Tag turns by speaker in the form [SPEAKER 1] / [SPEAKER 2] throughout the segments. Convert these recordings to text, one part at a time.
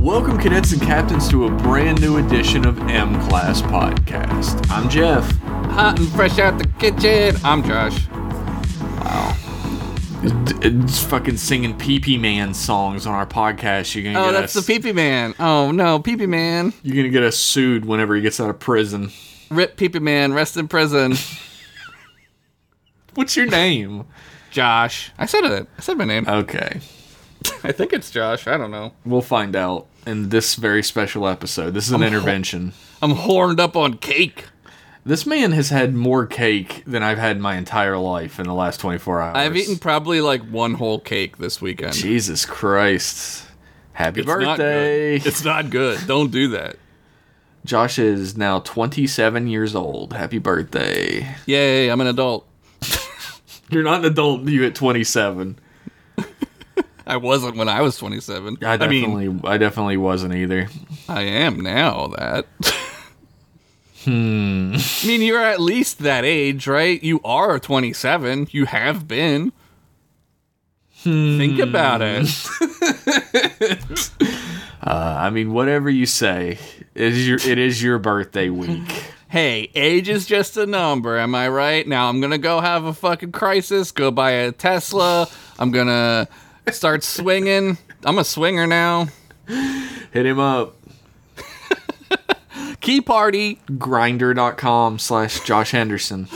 [SPEAKER 1] Welcome, cadets and captains, to a brand new edition of M Class Podcast. I'm Jeff.
[SPEAKER 2] Hot and fresh out the kitchen. I'm Josh.
[SPEAKER 1] It's fucking singing Pee Pee Man songs on our podcast. You're gonna
[SPEAKER 2] Oh,
[SPEAKER 1] get
[SPEAKER 2] that's the
[SPEAKER 1] us,
[SPEAKER 2] Peepee Man. Oh no, Peepee Man.
[SPEAKER 1] You're gonna get us sued whenever he gets out of prison.
[SPEAKER 2] Rip Peepee Man. Rest in prison.
[SPEAKER 1] What's your name?
[SPEAKER 2] Josh. I said it. I said my name.
[SPEAKER 1] okay,
[SPEAKER 2] I think it's Josh. I don't know.
[SPEAKER 1] we'll find out in this very special episode. This is an intervention.
[SPEAKER 2] I'm horned up on cake.
[SPEAKER 1] This man has had more cake than I've had in my entire life in the last 24 hours.
[SPEAKER 2] I've eaten probably like one whole cake this weekend.
[SPEAKER 1] Jesus Christ. Happy
[SPEAKER 2] It's not
[SPEAKER 1] birthday.
[SPEAKER 2] good. It's not good. Don't do that.
[SPEAKER 1] Josh is now 27 years old. Happy birthday.
[SPEAKER 2] Yay! I'm an adult.
[SPEAKER 1] You're not an adult, you at 27.
[SPEAKER 2] I wasn't when I was 27.
[SPEAKER 1] I
[SPEAKER 2] mean,
[SPEAKER 1] definitely I, definitely wasn't either.
[SPEAKER 2] I am now that. hmm. I mean, you're at least that age, right? You are 27. You have been. Think about it.
[SPEAKER 1] Uh, I mean, whatever you say, it is your it is your birthday week.
[SPEAKER 2] hey, age is just a number, am I right? Now I'm gonna go have a fucking crisis, go buy a Tesla. I'm gonna start swinging. I'm a swinger now.
[SPEAKER 1] Hit him up.
[SPEAKER 2] Key party.
[SPEAKER 1] Grinder.com slash Josh Henderson.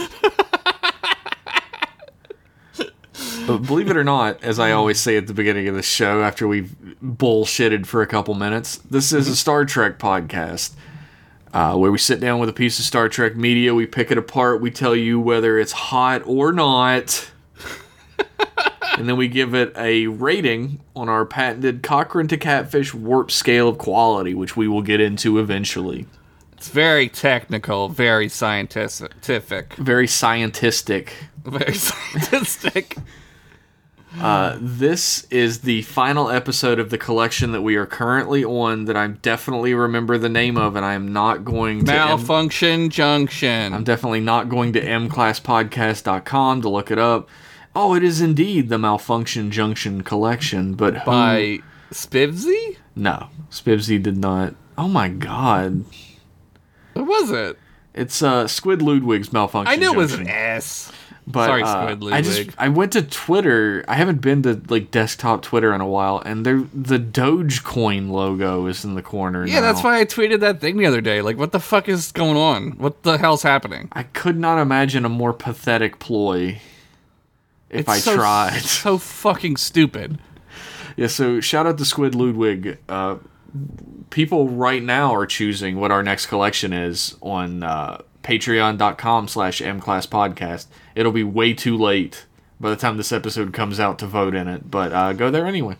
[SPEAKER 1] but believe it or not, as I always say at the beginning of the show, after we've bullshitted for a couple minutes, this is a Star Trek podcast. uh, where we sit down with a piece of Star Trek media, we pick it apart, we tell you whether it's hot or not, and then we give it a rating on our patented Cochrane to Catfish warp scale of quality, which we will get into eventually.
[SPEAKER 2] It's very technical, very scientific,
[SPEAKER 1] Very scientistic.
[SPEAKER 2] very scientific.
[SPEAKER 1] Uh, this is the final episode of the collection that we are currently on that I definitely remember the name of, and I am not going to. em-
[SPEAKER 2] Malfunction junction.
[SPEAKER 1] I'm definitely not going to mclasspodcast.com to look it up. Oh, it is indeed the Malfunction Junction collection, but who-
[SPEAKER 2] by Spivsy?
[SPEAKER 1] no, Spivsy did not. Oh my God,
[SPEAKER 2] What was it?
[SPEAKER 1] it's uh, Squid Ludwig's Malfunction.
[SPEAKER 2] I knew it was
[SPEAKER 1] Junction,
[SPEAKER 2] an S.
[SPEAKER 1] But,
[SPEAKER 2] Sorry,
[SPEAKER 1] uh,
[SPEAKER 2] Squid
[SPEAKER 1] I just
[SPEAKER 2] Ludwig.
[SPEAKER 1] I went to Twitter. I haven't been to like desktop Twitter in a while, and there the Dogecoin logo is in the corner.
[SPEAKER 2] Yeah, that's
[SPEAKER 1] now.
[SPEAKER 2] why I tweeted that thing the other day. Like, what the fuck is going on? What the hell's happening?
[SPEAKER 1] I could not imagine a more pathetic ploy. If I
[SPEAKER 2] so,
[SPEAKER 1] tried,
[SPEAKER 2] So fucking stupid.
[SPEAKER 1] Yeah, so shout out to Squid Ludwig. Uh, people right now are choosing what our next collection is on uh, patreon.com slash mclasspodcast. It'll be way too late by the time this episode comes out to vote in it, but uh, go there anyway.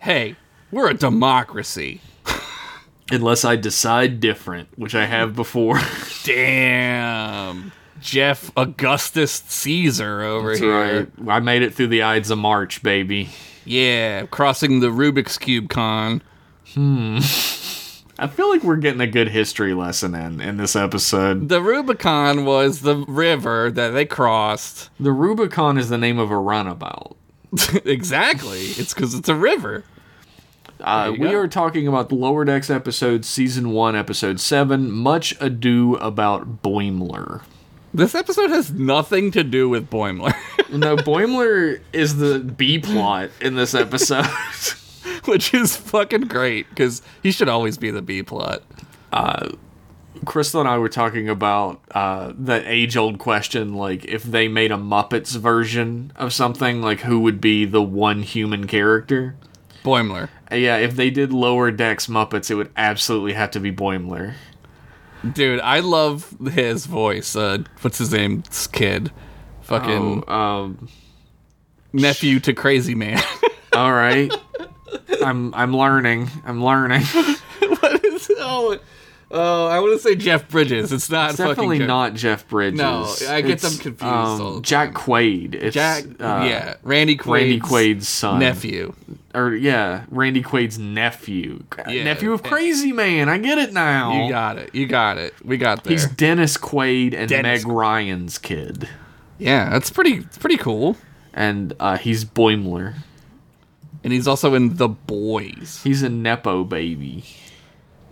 [SPEAKER 2] Hey, we're a democracy.
[SPEAKER 1] Unless I decide different, which I have before.
[SPEAKER 2] Damn. Jeff Augustus Caesar over here.
[SPEAKER 1] right. I made it through the Ides of March, baby.
[SPEAKER 2] Yeah, crossing the Rubik's Cube con.
[SPEAKER 1] I feel like we're getting a good history lesson in in this episode.
[SPEAKER 2] The Rubicon was the river that they crossed.
[SPEAKER 1] The Rubicon is the name of a runabout.
[SPEAKER 2] exactly. It's because it's a river.
[SPEAKER 1] Uh,
[SPEAKER 2] you
[SPEAKER 1] we
[SPEAKER 2] go.
[SPEAKER 1] are talking about the Lower Decks episode, season one, episode seven. Much ado about Boimler.
[SPEAKER 2] This episode has nothing to do with Boimler,
[SPEAKER 1] No, Boimler is the B plot in this episode.
[SPEAKER 2] which is fucking great because he should always be the B plot.
[SPEAKER 1] Crystal and I were talking about uh, that age old question like, if they made a Muppets version of something, like, who would be the one human character?
[SPEAKER 2] Boimler.
[SPEAKER 1] Uh, Yeah, if they did Lower Decks Muppets, it would absolutely have to be Boimler.
[SPEAKER 2] Dude, I love his voice. Uh, what's his name? This kid. Fucking
[SPEAKER 1] Um,
[SPEAKER 2] nephew to Crazy Man.
[SPEAKER 1] all right. I'm, I'm learning. I'm learning.
[SPEAKER 2] what is Oh, oh, I want to say Jeff Bridges. It's not
[SPEAKER 1] It's
[SPEAKER 2] fucking
[SPEAKER 1] definitely
[SPEAKER 2] Jeff-
[SPEAKER 1] not Jeff Bridges.
[SPEAKER 2] No, I get
[SPEAKER 1] It's, um,
[SPEAKER 2] them confused all the
[SPEAKER 1] Jack Quaid. It's,
[SPEAKER 2] Jack.
[SPEAKER 1] uh,
[SPEAKER 2] yeah, Randy Quaid's
[SPEAKER 1] Randy Quaid's son.
[SPEAKER 2] nephew.
[SPEAKER 1] Or yeah, Randy Quaid's nephew.
[SPEAKER 2] Yeah.
[SPEAKER 1] nephew of Crazy Man. I get it now.
[SPEAKER 2] You got it. You got it. We got there.
[SPEAKER 1] Oh. He's Dennis Quaid and
[SPEAKER 2] Dennis
[SPEAKER 1] Meg Ryan's kid,
[SPEAKER 2] yeah, that's pretty. It's pretty cool.
[SPEAKER 1] and uh, he's Boimler.
[SPEAKER 2] and he's also in The Boys.
[SPEAKER 1] He's a nepo baby.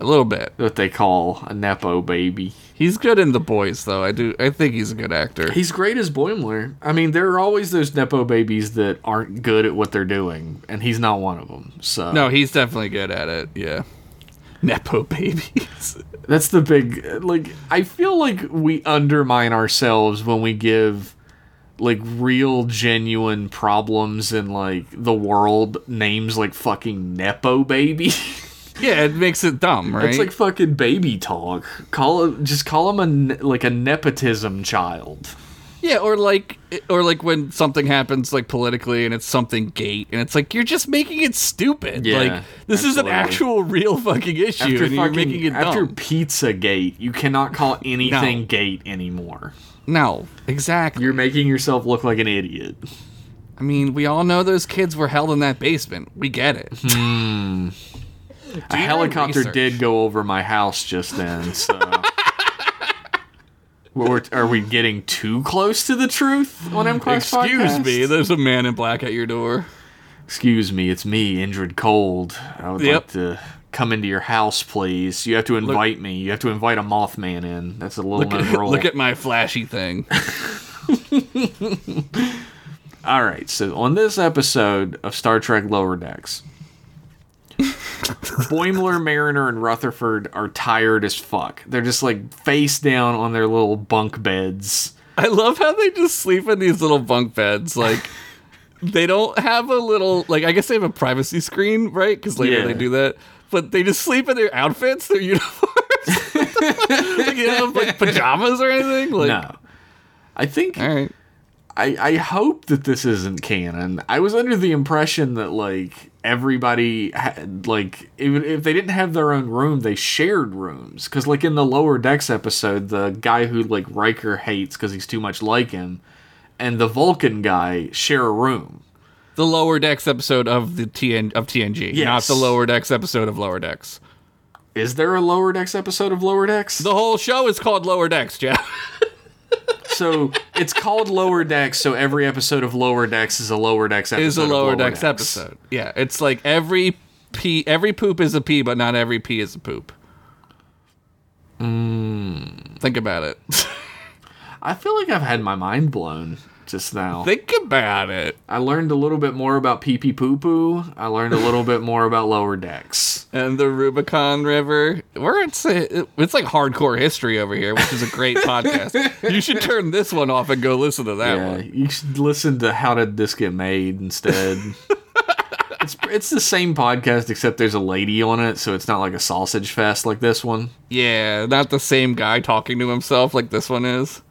[SPEAKER 2] A little bit.
[SPEAKER 1] What they call a nepo baby.
[SPEAKER 2] He's good in The Boys, though. I do. I think he's a good actor.
[SPEAKER 1] He's great as Boimler. I mean, there are always those nepo babies that aren't good at what they're doing, and he's not one of them. So
[SPEAKER 2] No, he's definitely good at it. Yeah. Nepo babies.
[SPEAKER 1] That's the big like I feel like we undermine ourselves when we give like real genuine problems in like the world names like fucking nepo baby.
[SPEAKER 2] yeah, it makes it dumb, right?
[SPEAKER 1] it's like fucking baby talk. Call it just call him a ne- like a nepotism child.
[SPEAKER 2] yeah, or like, or like when something happens like politically and it's something gate, and it's like you're just making it stupid.
[SPEAKER 1] Yeah,
[SPEAKER 2] like this is an
[SPEAKER 1] absolutely.
[SPEAKER 2] actual real fucking issue, and you're
[SPEAKER 1] fucking-
[SPEAKER 2] making it dumb.
[SPEAKER 1] after Pizza Gate, you cannot call anything gate anymore.
[SPEAKER 2] no, exactly.
[SPEAKER 1] You're making yourself look like an idiot.
[SPEAKER 2] I mean, we all know those kids were held in that basement. We get it.
[SPEAKER 1] A
[SPEAKER 2] your
[SPEAKER 1] helicopter
[SPEAKER 2] research.
[SPEAKER 1] did go over my house just then, so. We're- are we getting too close to the truth on M Class
[SPEAKER 2] Excuse
[SPEAKER 1] Podcast?
[SPEAKER 2] me, there's a man in black at your door.
[SPEAKER 1] Excuse me, it's me, Indrid Cold. I would
[SPEAKER 2] Yep.
[SPEAKER 1] like to come into your house, please. You have to invite me. You have to invite a Mothman in. That's a little
[SPEAKER 2] Look
[SPEAKER 1] known
[SPEAKER 2] at,
[SPEAKER 1] rule.
[SPEAKER 2] look at my flashy thing.
[SPEAKER 1] All right, so on this episode of Star Trek Lower Decks, Boimler, Mariner, and Rutherford are tired as fuck. They're just like face down on their little bunk beds.
[SPEAKER 2] I love how they just sleep in these little bunk beds. Like they don't have a little like I guess they have a privacy screen, right? Because later
[SPEAKER 1] Yeah.
[SPEAKER 2] they do that. But they just sleep in their outfits, their uniforms. like you don't have like pajamas or anything. Like
[SPEAKER 1] No. I think
[SPEAKER 2] all right.
[SPEAKER 1] I, I hope that this isn't canon. I was under the impression that like everybody had like even if they didn't have their own room, they shared rooms. Because like in the lower decks episode, the guy who like Riker hates because he's too much like him, and the Vulcan guy share a room.
[SPEAKER 2] The lower decks episode of the TN of TNG. Not
[SPEAKER 1] Yes.
[SPEAKER 2] the lower decks episode of Lower Decks.
[SPEAKER 1] Is there a lower decks episode of lower decks?
[SPEAKER 2] The whole show is called Lower Decks, Jeff.
[SPEAKER 1] so it's called lower decks. So every episode of lower decks is a lower decks episode.
[SPEAKER 2] Is a
[SPEAKER 1] of
[SPEAKER 2] lower decks,
[SPEAKER 1] Decks.
[SPEAKER 2] episode. Yeah. It's like every pee every poop is a pee, but not every pee is a poop. Hmm. Think about it.
[SPEAKER 1] I feel like I've had my mind blown just now.
[SPEAKER 2] Think about it.
[SPEAKER 1] I learned a little bit more about pee pee poo poo. I learned a little bit more about lower decks.
[SPEAKER 2] And the Rubicon River. We're it's it's like hardcore history over here, which is a great podcast. You should turn this one off and go listen to that
[SPEAKER 1] Yeah,
[SPEAKER 2] one.
[SPEAKER 1] you should listen to how did this get made instead. it's it's the same podcast except there's a lady on it, so it's not like a sausage fest like this one.
[SPEAKER 2] Yeah, not the same guy talking to himself like this one is.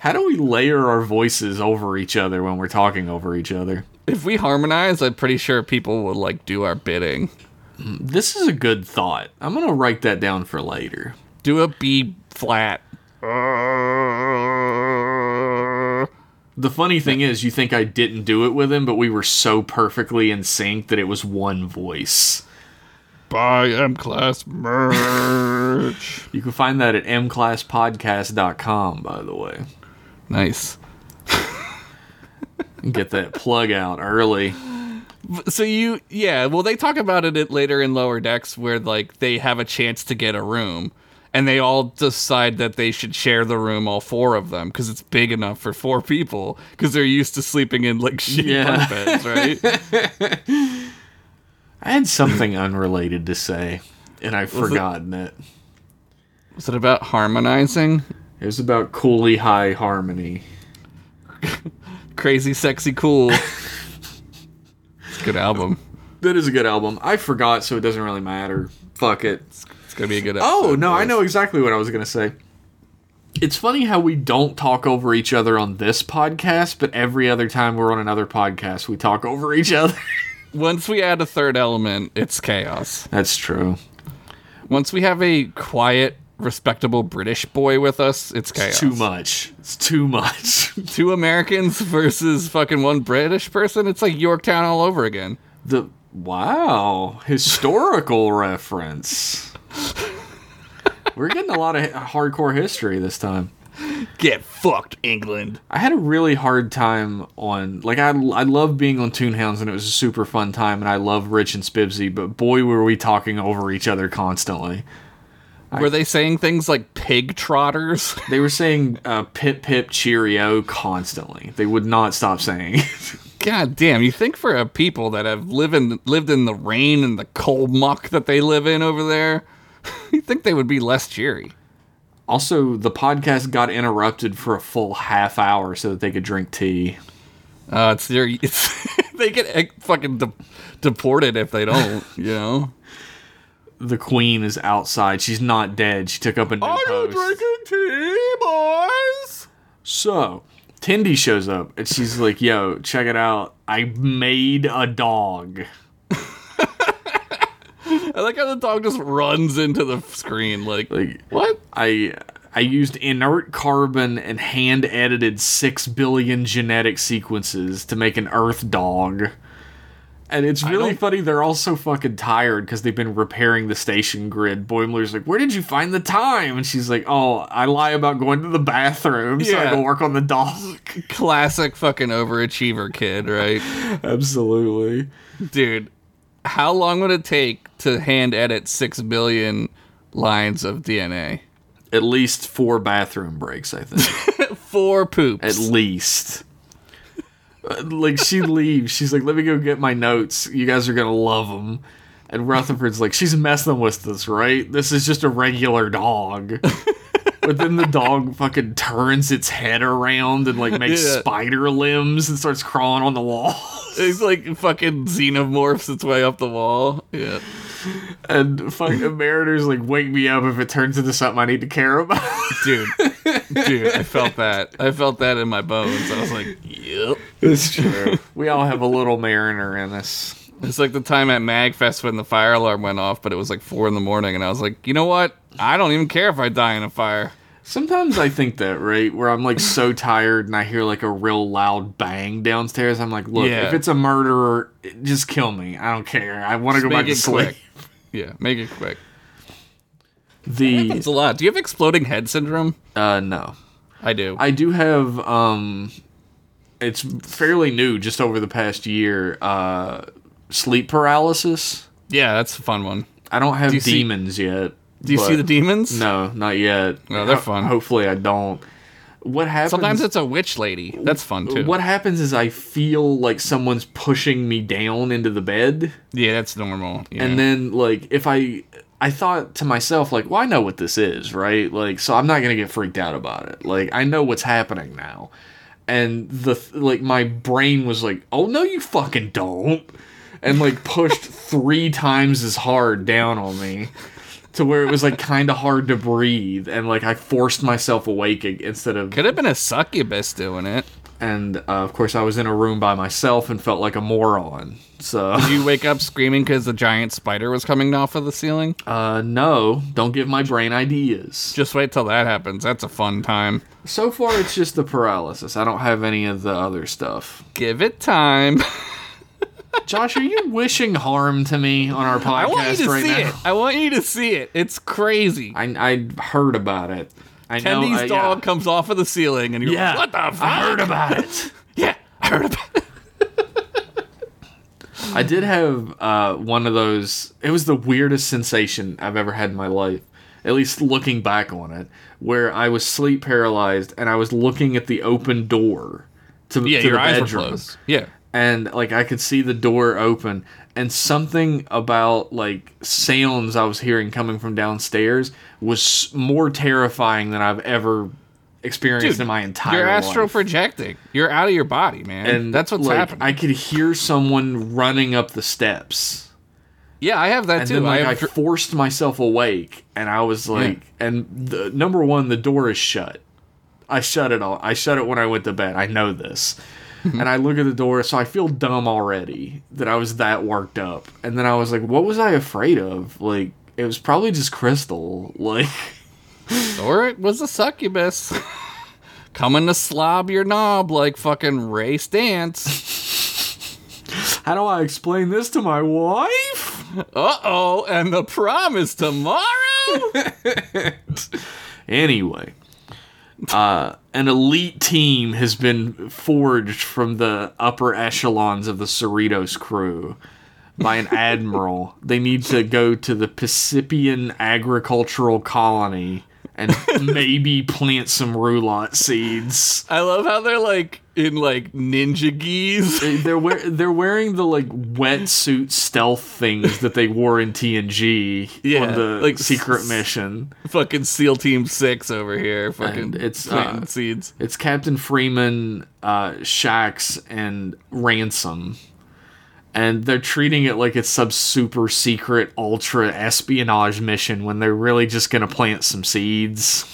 [SPEAKER 1] How do we layer our voices over each other when we're talking over each other?
[SPEAKER 2] If we harmonize, I'm pretty sure people will like do our bidding.
[SPEAKER 1] This is a good thought. I'm gonna write that down for later.
[SPEAKER 2] Do a B flat.
[SPEAKER 1] The funny thing is, you think I didn't do it with him, but we were so perfectly in sync that it was one voice.
[SPEAKER 2] Buy M class merch.
[SPEAKER 1] You can find that at mclasspodcast.com, by the way.
[SPEAKER 2] nice.
[SPEAKER 1] Get that plug out early.
[SPEAKER 2] So you, yeah, well, they talk about it at- later in Lower Decks where, like, they have a chance to get a room and they all decide that they should share the room, all four of them, because it's big enough for four people because they're used to sleeping in, like, shitty
[SPEAKER 1] Yeah.
[SPEAKER 2] bunk beds, right?
[SPEAKER 1] I had something unrelated to say, and I've forgotten it?
[SPEAKER 2] Is it about harmonizing?
[SPEAKER 1] it. was about Cooley High Harmony.
[SPEAKER 2] Crazy, sexy, cool. it's a good album.
[SPEAKER 1] That is a good album. I forgot, so it doesn't really matter. Fuck it.
[SPEAKER 2] It's going to be a good
[SPEAKER 1] Oh,
[SPEAKER 2] episode,
[SPEAKER 1] no, I
[SPEAKER 2] boys.
[SPEAKER 1] know exactly what I was going to say. It's funny how we don't talk over each other on this podcast, but every other time we're on another podcast, we talk over each other.
[SPEAKER 2] Once we add a third element, it's chaos.
[SPEAKER 1] That's true.
[SPEAKER 2] Once we have a quiet, respectable British boy with us, it's chaos.
[SPEAKER 1] Too much. It's too much.
[SPEAKER 2] two Americans versus fucking one British person. It's like Yorktown all over again.
[SPEAKER 1] The wow, historical reference. We're getting a lot of hi- hardcore history this time.
[SPEAKER 2] Get fucked, England.
[SPEAKER 1] I had a really hard time on like I I love being on Toonhounds and it was a super fun time and I love Rich and Spibsy, but boy were we talking over each other constantly.
[SPEAKER 2] Were they saying things like pig trotters?
[SPEAKER 1] They were saying uh, pip pip cheerio constantly. They would not stop saying. it.
[SPEAKER 2] God damn, you think for a people that have lived in, lived in the rain and the cold muck that they live in over there, you think they would be less cheery.
[SPEAKER 1] also, the podcast got interrupted for a full half hour so that they could drink tea.
[SPEAKER 2] Uh, it's their, it's, they get eh, fucking de- deported if they don't, you know?
[SPEAKER 1] The queen is outside. She's not dead. She took up a new post.
[SPEAKER 2] tea, boys?
[SPEAKER 1] So, Tindy shows up and she's like, "Yo, check it out. I made a dog."
[SPEAKER 2] I like how the dog just runs into the screen, like,
[SPEAKER 1] Like
[SPEAKER 2] what?
[SPEAKER 1] I I used inert carbon and hand edited six billion genetic sequences to make an Earth dog. And it's really
[SPEAKER 2] don't-
[SPEAKER 1] funny. They're all so fucking tired because they've been repairing the station grid. Boimler's like, "Where did you find the time?" And she's like, "Oh, I lie about going to the bathroom so I
[SPEAKER 2] Yeah.
[SPEAKER 1] can work on the dog."
[SPEAKER 2] Classic fucking overachiever kid, right?
[SPEAKER 1] Absolutely.
[SPEAKER 2] Dude, how long would it take to hand edit six billion lines of DNA?
[SPEAKER 1] At least four bathroom breaks, I think.
[SPEAKER 2] Four poops.
[SPEAKER 1] At least. Uh, like she leaves. She's like, "Let me go get my notes. You guys are gonna love them." And Rutherford's like, "She's messing with us, right? This is just a regular dog." but then the dog fucking turns its head around and like makes
[SPEAKER 2] Yeah.
[SPEAKER 1] spider limbs and starts crawling on the wall.
[SPEAKER 2] it's like fucking xenomorphs its way up the wall. Yeah.
[SPEAKER 1] and fucking Mariner's like, "Wake me up if it turns into something I need to care about."
[SPEAKER 2] Dude. Dude, I felt that. I felt that in my bones. I was like, yep.
[SPEAKER 1] It's true. we all have a little Mariner in us.
[SPEAKER 2] It's like the time at MagFest when the fire alarm went off, but it was like four in the morning, and I was like, you know what? I don't even care if I die in a fire.
[SPEAKER 1] Sometimes I think that, right? Where I'm like so tired and I hear like a real loud bang downstairs. I'm like, look,
[SPEAKER 2] Yeah.
[SPEAKER 1] if it's a murderer, just kill me. I don't care. I want to go
[SPEAKER 2] Make
[SPEAKER 1] back to
[SPEAKER 2] it
[SPEAKER 1] sleep.
[SPEAKER 2] quick. Yeah, make it quick.
[SPEAKER 1] The
[SPEAKER 2] It's a lot. Do you have exploding head syndrome?
[SPEAKER 1] uh no.
[SPEAKER 2] I do.
[SPEAKER 1] I do have um it's fairly new just over the past year uh sleep paralysis.
[SPEAKER 2] yeah, that's a fun one.
[SPEAKER 1] I don't have
[SPEAKER 2] you see-
[SPEAKER 1] demons yet.
[SPEAKER 2] Do you see the demons?
[SPEAKER 1] No, not yet.
[SPEAKER 2] No, they're
[SPEAKER 1] Ho-
[SPEAKER 2] fun.
[SPEAKER 1] Hopefully I don't. What happens
[SPEAKER 2] Sometimes it's a witch lady. That's fun too.
[SPEAKER 1] What happens is I feel like someone's pushing me down into the bed,
[SPEAKER 2] Yeah, that's normal. Yeah.
[SPEAKER 1] and then like if I, I thought to myself like, well, I know what this is, right? Like, so I'm not gonna get freaked out about it. Like, I know what's happening now, and the th- like my brain was like, oh no, you fucking don't, and like pushed three times as hard down on me. To where it was like kind of hard to breathe, and like I forced myself awake ag- instead of
[SPEAKER 2] could have been a succubus doing it.
[SPEAKER 1] and uh, of course I was in a room by myself and felt like a moron. So
[SPEAKER 2] You wake up screaming because the giant spider was coming off of the ceiling.
[SPEAKER 1] uh, no, don't give my brain ideas.
[SPEAKER 2] Just wait till that happens. That's a fun time.
[SPEAKER 1] So far it's just the paralysis. I don't have any of the other stuff.
[SPEAKER 2] Give it time.
[SPEAKER 1] Josh, are you wishing harm to me on our podcast
[SPEAKER 2] I want you to
[SPEAKER 1] right
[SPEAKER 2] see
[SPEAKER 1] now?
[SPEAKER 2] it. I want you to see it. It's crazy.
[SPEAKER 1] I I heard about it. I know.
[SPEAKER 2] Kenny's
[SPEAKER 1] I- yeah.
[SPEAKER 2] dog comes off of the ceiling, and you're
[SPEAKER 1] Yeah.
[SPEAKER 2] like, "What the fuck?"
[SPEAKER 1] I heard about it.
[SPEAKER 2] yeah, I heard about it.
[SPEAKER 1] I did have uh, one of those. It was the weirdest sensation I've ever had in my life, at least looking back on it, where I was sleep paralyzed and I was looking at the open door to,
[SPEAKER 2] Yeah,
[SPEAKER 1] to
[SPEAKER 2] your
[SPEAKER 1] the
[SPEAKER 2] eyes were
[SPEAKER 1] bedroom.
[SPEAKER 2] closed. Yeah,
[SPEAKER 1] And like I could see the door open, and something about like sounds I was hearing coming from downstairs was more terrifying than I've ever experienced in my entire
[SPEAKER 2] you're
[SPEAKER 1] life
[SPEAKER 2] astral projecting. You're out of your body, man.
[SPEAKER 1] and
[SPEAKER 2] that's what's
[SPEAKER 1] like,
[SPEAKER 2] happening.
[SPEAKER 1] I could hear someone running up the steps,
[SPEAKER 2] yeah, I have that
[SPEAKER 1] and
[SPEAKER 2] too.
[SPEAKER 1] then like
[SPEAKER 2] I
[SPEAKER 1] I,
[SPEAKER 2] have dr-
[SPEAKER 1] forced myself awake, and I was like, and the, number one, the door is shut. I shut it all. I shut it when I went to bed. I know this, and I look at the door, so I feel dumb already that I was that worked up, and then I was like, what was I afraid of? Like it was probably just crystal, like.
[SPEAKER 2] or it was a succubus coming to slob your knob like fucking Ray Stance.
[SPEAKER 1] How do I explain this to my wife?
[SPEAKER 2] Uh oh, and the prom is tomorrow.
[SPEAKER 1] Anyway, uh, an elite team has been forged from the upper echelons of the Cerritos crew by an admiral. They need to go to the Pacifian agricultural colony and maybe plant some roulotte seeds.
[SPEAKER 2] I love how they're like in like ninja geese.
[SPEAKER 1] They're wear- they're wearing the like wetsuit stealth things that they wore in TNG
[SPEAKER 2] Yeah,
[SPEAKER 1] on the
[SPEAKER 2] like
[SPEAKER 1] like
[SPEAKER 2] s-
[SPEAKER 1] secret
[SPEAKER 2] s-
[SPEAKER 1] mission.
[SPEAKER 2] fucking SEAL Team Six over here. Fucking
[SPEAKER 1] And it's,
[SPEAKER 2] planting
[SPEAKER 1] uh,
[SPEAKER 2] seeds.
[SPEAKER 1] It's Captain Freeman, uh, Shax, and Ransom. And they're treating it like it's some super secret ultra espionage mission when they're really just gonna plant some seeds.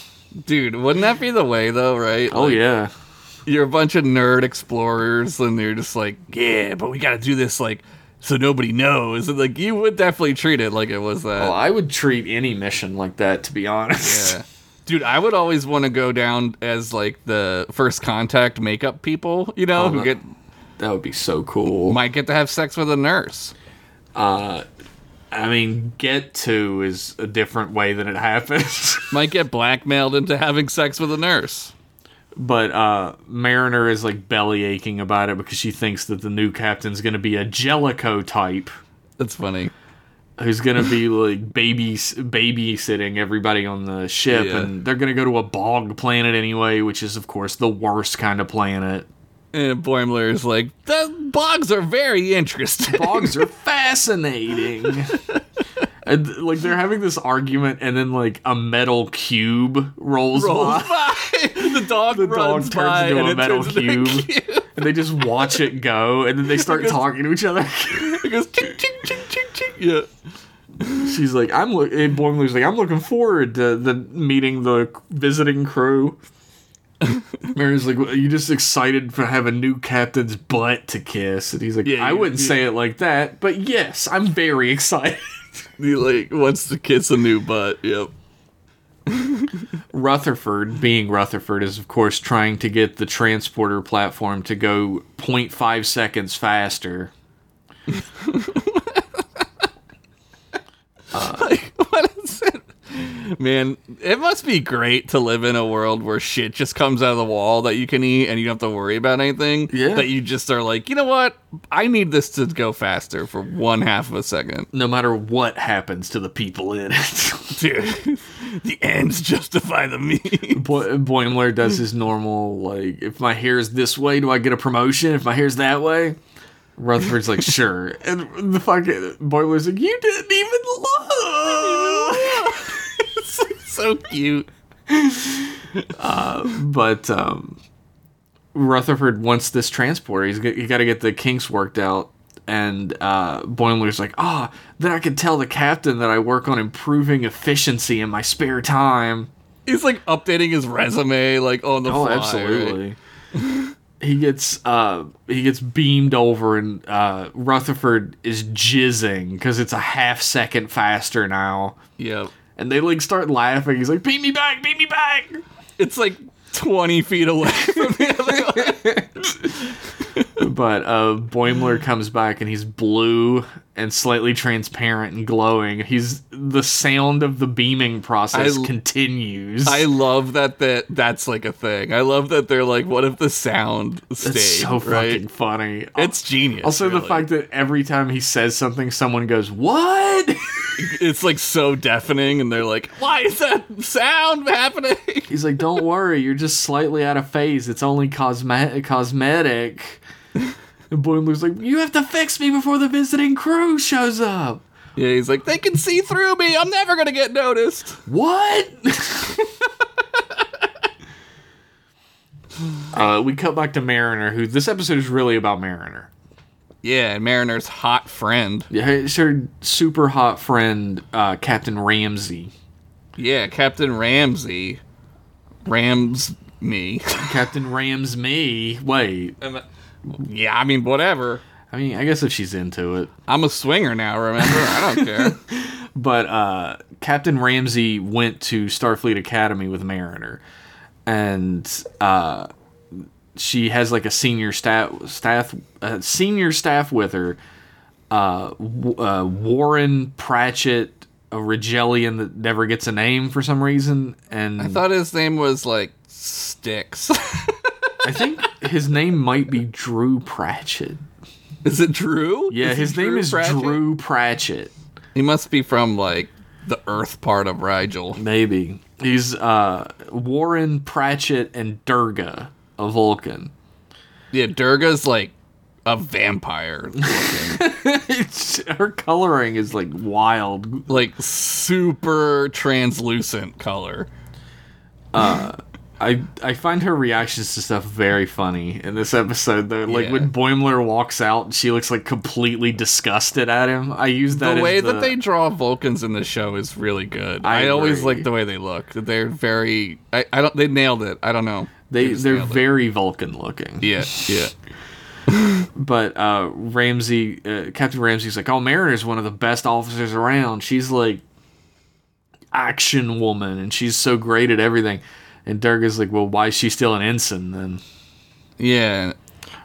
[SPEAKER 2] Dude, wouldn't that be the way though, right?
[SPEAKER 1] Oh yeah.
[SPEAKER 2] you're a bunch of nerd explorers and you're just like, yeah, but we gotta do this like so nobody knows. And like you would definitely treat it like it was that.
[SPEAKER 1] Well, I would treat any mission like that to be honest.
[SPEAKER 2] yeah. Dude, I would always want to go down as like the first contact makeup people, you know, who
[SPEAKER 1] that-
[SPEAKER 2] get
[SPEAKER 1] That would be so cool.
[SPEAKER 2] might get to have sex with a nurse.
[SPEAKER 1] I mean, get to is a different way that it happens.
[SPEAKER 2] Might get blackmailed into having sex with a nurse.
[SPEAKER 1] but uh, Mariner is like belly aching about it because she thinks that the new captain's going to be a Jellicoe type
[SPEAKER 2] That's funny.
[SPEAKER 1] who's going to be like baby babysitting everybody on the ship,
[SPEAKER 2] Yeah.
[SPEAKER 1] and they're going to go to a bog planet anyway, which is of course the worst kind of planet.
[SPEAKER 2] And Boimler is like, the bogs are very interesting.
[SPEAKER 1] Bogs are fascinating. And like they're having this argument, and then like a metal cube rolls, by.
[SPEAKER 2] Rolls by. The dog
[SPEAKER 1] the dog
[SPEAKER 2] runs
[SPEAKER 1] turns
[SPEAKER 2] by
[SPEAKER 1] into
[SPEAKER 2] and
[SPEAKER 1] a
[SPEAKER 2] it
[SPEAKER 1] metal
[SPEAKER 2] turns into a
[SPEAKER 1] cube, and they just watch it go and then they start talking to each other
[SPEAKER 2] It goes chink chink chink chink chink. Yeah.
[SPEAKER 1] she's like i'm look and Boimler's like i'm looking forward to the meeting the visiting crew Mary's like, well, are you just excited for have a new captain's butt to kiss? And he's like,
[SPEAKER 2] Yeah,
[SPEAKER 1] I
[SPEAKER 2] you-
[SPEAKER 1] wouldn't
[SPEAKER 2] you-
[SPEAKER 1] say it like that, but yes, I'm very excited.
[SPEAKER 2] He like wants to kiss a new butt. Yep.
[SPEAKER 1] Rutherford, being Rutherford, is of course trying to get the transporter platform to go 0.5 seconds faster
[SPEAKER 2] Like what is it? Man, it must be great to live in a world where shit just comes out of the wall that you can eat and you don't have to worry about anything.
[SPEAKER 1] Yeah.
[SPEAKER 2] That you just are like, you know what? I need this to go faster for one half of a second.
[SPEAKER 1] no matter what happens to the people in it.
[SPEAKER 2] Dude, the ends justify the means.
[SPEAKER 1] Bo- Boimler does his normal, like, if my hair is this way, do I get a promotion? If my hair's that way? Rutherford's like, sure. And the fucking Boimler's like, you didn't even look.
[SPEAKER 2] so cute.
[SPEAKER 1] but um, Rutherford wants this transporter. He's got, he got to get the kinks worked out. And uh, Boimler's like, ah, then I can tell the captain that I work on improving efficiency in my spare time.
[SPEAKER 2] He's like updating his resume like on the
[SPEAKER 1] Oh,
[SPEAKER 2] fly. right?
[SPEAKER 1] absolutely. he gets uh he gets beamed over and uh Rutherford is jizzing because it's a half second faster now.
[SPEAKER 2] Yep.
[SPEAKER 1] And they like start laughing. He's like, "Beat me back! Beat me back!"
[SPEAKER 2] It's like 20 feet away from the other one.
[SPEAKER 1] But uh, Boimler comes back and he's blue and slightly transparent and glowing. He's the sound of the beaming process
[SPEAKER 2] I l-
[SPEAKER 1] continues.
[SPEAKER 2] I love that, that that's like a thing. I love that they're like, what if the sound stayed?
[SPEAKER 1] it's so
[SPEAKER 2] right?
[SPEAKER 1] fucking funny.
[SPEAKER 2] It's genius.
[SPEAKER 1] also the
[SPEAKER 2] really.
[SPEAKER 1] fact that every time he says something, someone goes, "What?"
[SPEAKER 2] it's like so deafening, and they're like, why is that sound happening?
[SPEAKER 1] He's like, "Don't worry, you're just slightly out of phase. It's only cosme- cosmetic." And Boimler's like, "You have to fix me before the visiting crew shows up."
[SPEAKER 2] yeah, he's like, they can see through me. I'm never gonna get noticed.
[SPEAKER 1] What? uh, we cut back to Mariner, who this episode is really about Mariner.
[SPEAKER 2] Yeah, and Mariner's hot friend.
[SPEAKER 1] Yeah, It's her super hot friend, uh, Captain Ramsey.
[SPEAKER 2] Yeah, Captain Ramsey rams me.
[SPEAKER 1] Captain Rams me. Wait,
[SPEAKER 2] Am I- yeah, I mean, whatever.
[SPEAKER 1] I mean, I guess if she's into it.
[SPEAKER 2] I'm a swinger now, remember? I don't care.
[SPEAKER 1] but uh, Captain Ramsey went to Starfleet Academy with Mariner, and uh, she has like a senior staff staff uh, senior staff with her. Uh, w- uh, Warren Pratchett, a Regellian that never gets a name for some reason, and
[SPEAKER 2] I thought his name was like sticks.
[SPEAKER 1] I think his name might be Drew Pratchett.
[SPEAKER 2] is it Drew?
[SPEAKER 1] Yeah,
[SPEAKER 2] it
[SPEAKER 1] his name
[SPEAKER 2] Drew
[SPEAKER 1] is
[SPEAKER 2] Pratchett?
[SPEAKER 1] Drew Pratchett.
[SPEAKER 2] He must be from like the Earth part of Rigel.
[SPEAKER 1] Maybe. He's uh, Warren Pratchett and Durga, a Vulcan.
[SPEAKER 2] Yeah, Durga's like a vampire,
[SPEAKER 1] It's, her coloring is like wild.
[SPEAKER 2] like super translucent color.
[SPEAKER 1] I I find her reactions to stuff very funny in this episode though. Like
[SPEAKER 2] Yeah.
[SPEAKER 1] when Boimler walks out and she looks like completely disgusted at him. I use that
[SPEAKER 2] the
[SPEAKER 1] as
[SPEAKER 2] way that they draw Vulcans in the show is really good.
[SPEAKER 1] I
[SPEAKER 2] I, always
[SPEAKER 1] agree.
[SPEAKER 2] like the way they look. They're very. I, I don't. They nailed it. I don't know.
[SPEAKER 1] they
[SPEAKER 2] just
[SPEAKER 1] they're
[SPEAKER 2] nailed it.
[SPEAKER 1] very Vulcan looking.
[SPEAKER 2] Yeah, yeah.
[SPEAKER 1] But uh, Ramsey, uh, Captain Ramsey's like, "Oh, Mariner's one of the best officers around. She's like action woman, and she's so great at everything." And Durga's like, "Well, why is she still an ensign then?"
[SPEAKER 2] Yeah.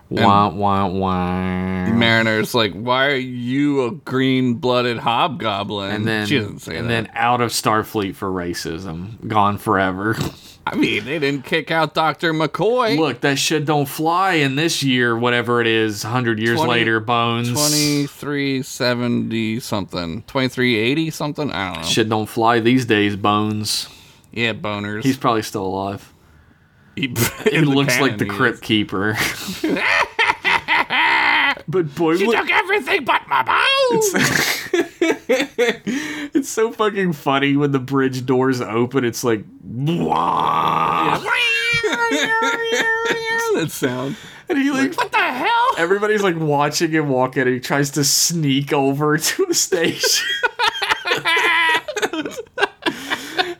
[SPEAKER 1] Wah wah wah.
[SPEAKER 2] Mariner's like, why are you a green blooded hobgoblin?
[SPEAKER 1] and then
[SPEAKER 2] she doesn't say
[SPEAKER 1] and
[SPEAKER 2] that.
[SPEAKER 1] then out of Starfleet for racism, gone forever.
[SPEAKER 2] I mean, they didn't kick out Dr. McCoy.
[SPEAKER 1] Look, that shit don't fly in this year, whatever it is, hundred years
[SPEAKER 2] 20
[SPEAKER 1] later, bones.
[SPEAKER 2] 2370 something. 2380 something? I don't know.
[SPEAKER 1] Shit don't fly these days, bones.
[SPEAKER 2] Yeah, boners.
[SPEAKER 1] He's probably still alive.
[SPEAKER 2] He- in
[SPEAKER 1] It
[SPEAKER 2] the
[SPEAKER 1] looks
[SPEAKER 2] canon
[SPEAKER 1] like the
[SPEAKER 2] he
[SPEAKER 1] Crypt
[SPEAKER 2] is.
[SPEAKER 1] Keeper. but Boimler,
[SPEAKER 2] Took everything but my bones!
[SPEAKER 1] it's so fucking funny when the bridge doors open. It's like, "Wah."
[SPEAKER 2] that sound.
[SPEAKER 1] and he like
[SPEAKER 2] What the hell?
[SPEAKER 1] Everybody's like watching him walk in and he tries to sneak over to a station.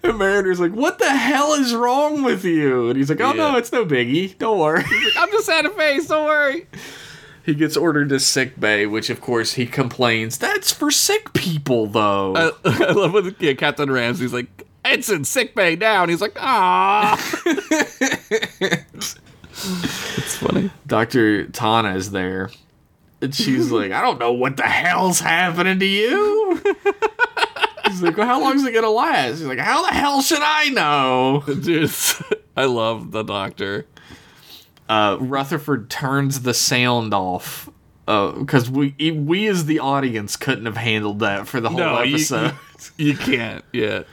[SPEAKER 1] and Mariner's like, What the hell is wrong with you? And he's like, Oh no,
[SPEAKER 2] Yeah.
[SPEAKER 1] it's no biggie. Don't worry.
[SPEAKER 2] I'm just out of face, don't worry.
[SPEAKER 1] he gets ordered to sick bay, which of course he complains, That's for sick people though.
[SPEAKER 2] I, I love when yeah, Captain Ramsey's like, it's in sick bay now. And he's like, ah. it's funny.
[SPEAKER 1] Dr. Tana is there. And she's like, I don't know what the hell's happening to you. He's like, well, how long's it gonna last? He's like, how the hell should I know?
[SPEAKER 2] Dude, I love the doctor.
[SPEAKER 1] uh, Rutherford turns the sound off because we we as the audience couldn't have handled that for the whole
[SPEAKER 2] No, you-
[SPEAKER 1] episode.
[SPEAKER 2] You can't. Yeah.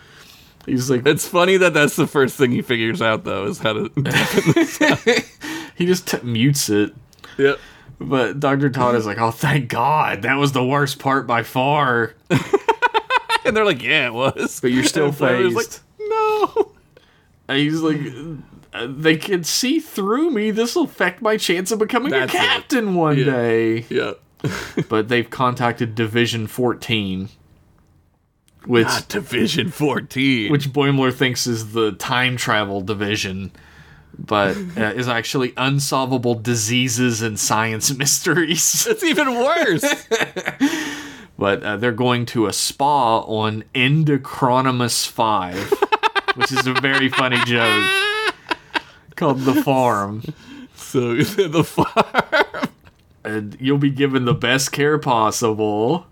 [SPEAKER 1] He's like,
[SPEAKER 2] It's funny that that's the first thing he figures out, though, is how to.
[SPEAKER 1] he just t- mutes it.
[SPEAKER 2] yep.
[SPEAKER 1] But Doctor Todd is like, oh, thank God, that was the worst part by far.
[SPEAKER 2] And they're like, yeah, it was.
[SPEAKER 1] But you're still
[SPEAKER 2] And I was like,
[SPEAKER 1] phased.
[SPEAKER 2] no.
[SPEAKER 1] And he's like, "Uh, they can see through me. This will affect my chance of becoming
[SPEAKER 2] That's
[SPEAKER 1] a
[SPEAKER 2] it.
[SPEAKER 1] captain one day.
[SPEAKER 2] Yep.
[SPEAKER 1] But they've contacted Division 14, which
[SPEAKER 2] Ah, Division 14.
[SPEAKER 1] which Boimler thinks is the time travel division, but uh, is actually unsolvable diseases and science mysteries.
[SPEAKER 2] it's even worse.
[SPEAKER 1] But uh, they're going to a spa on Endochronomus 5, which is a very funny joke called The Farm.
[SPEAKER 2] so the fire.
[SPEAKER 1] And you'll be given the best care possible.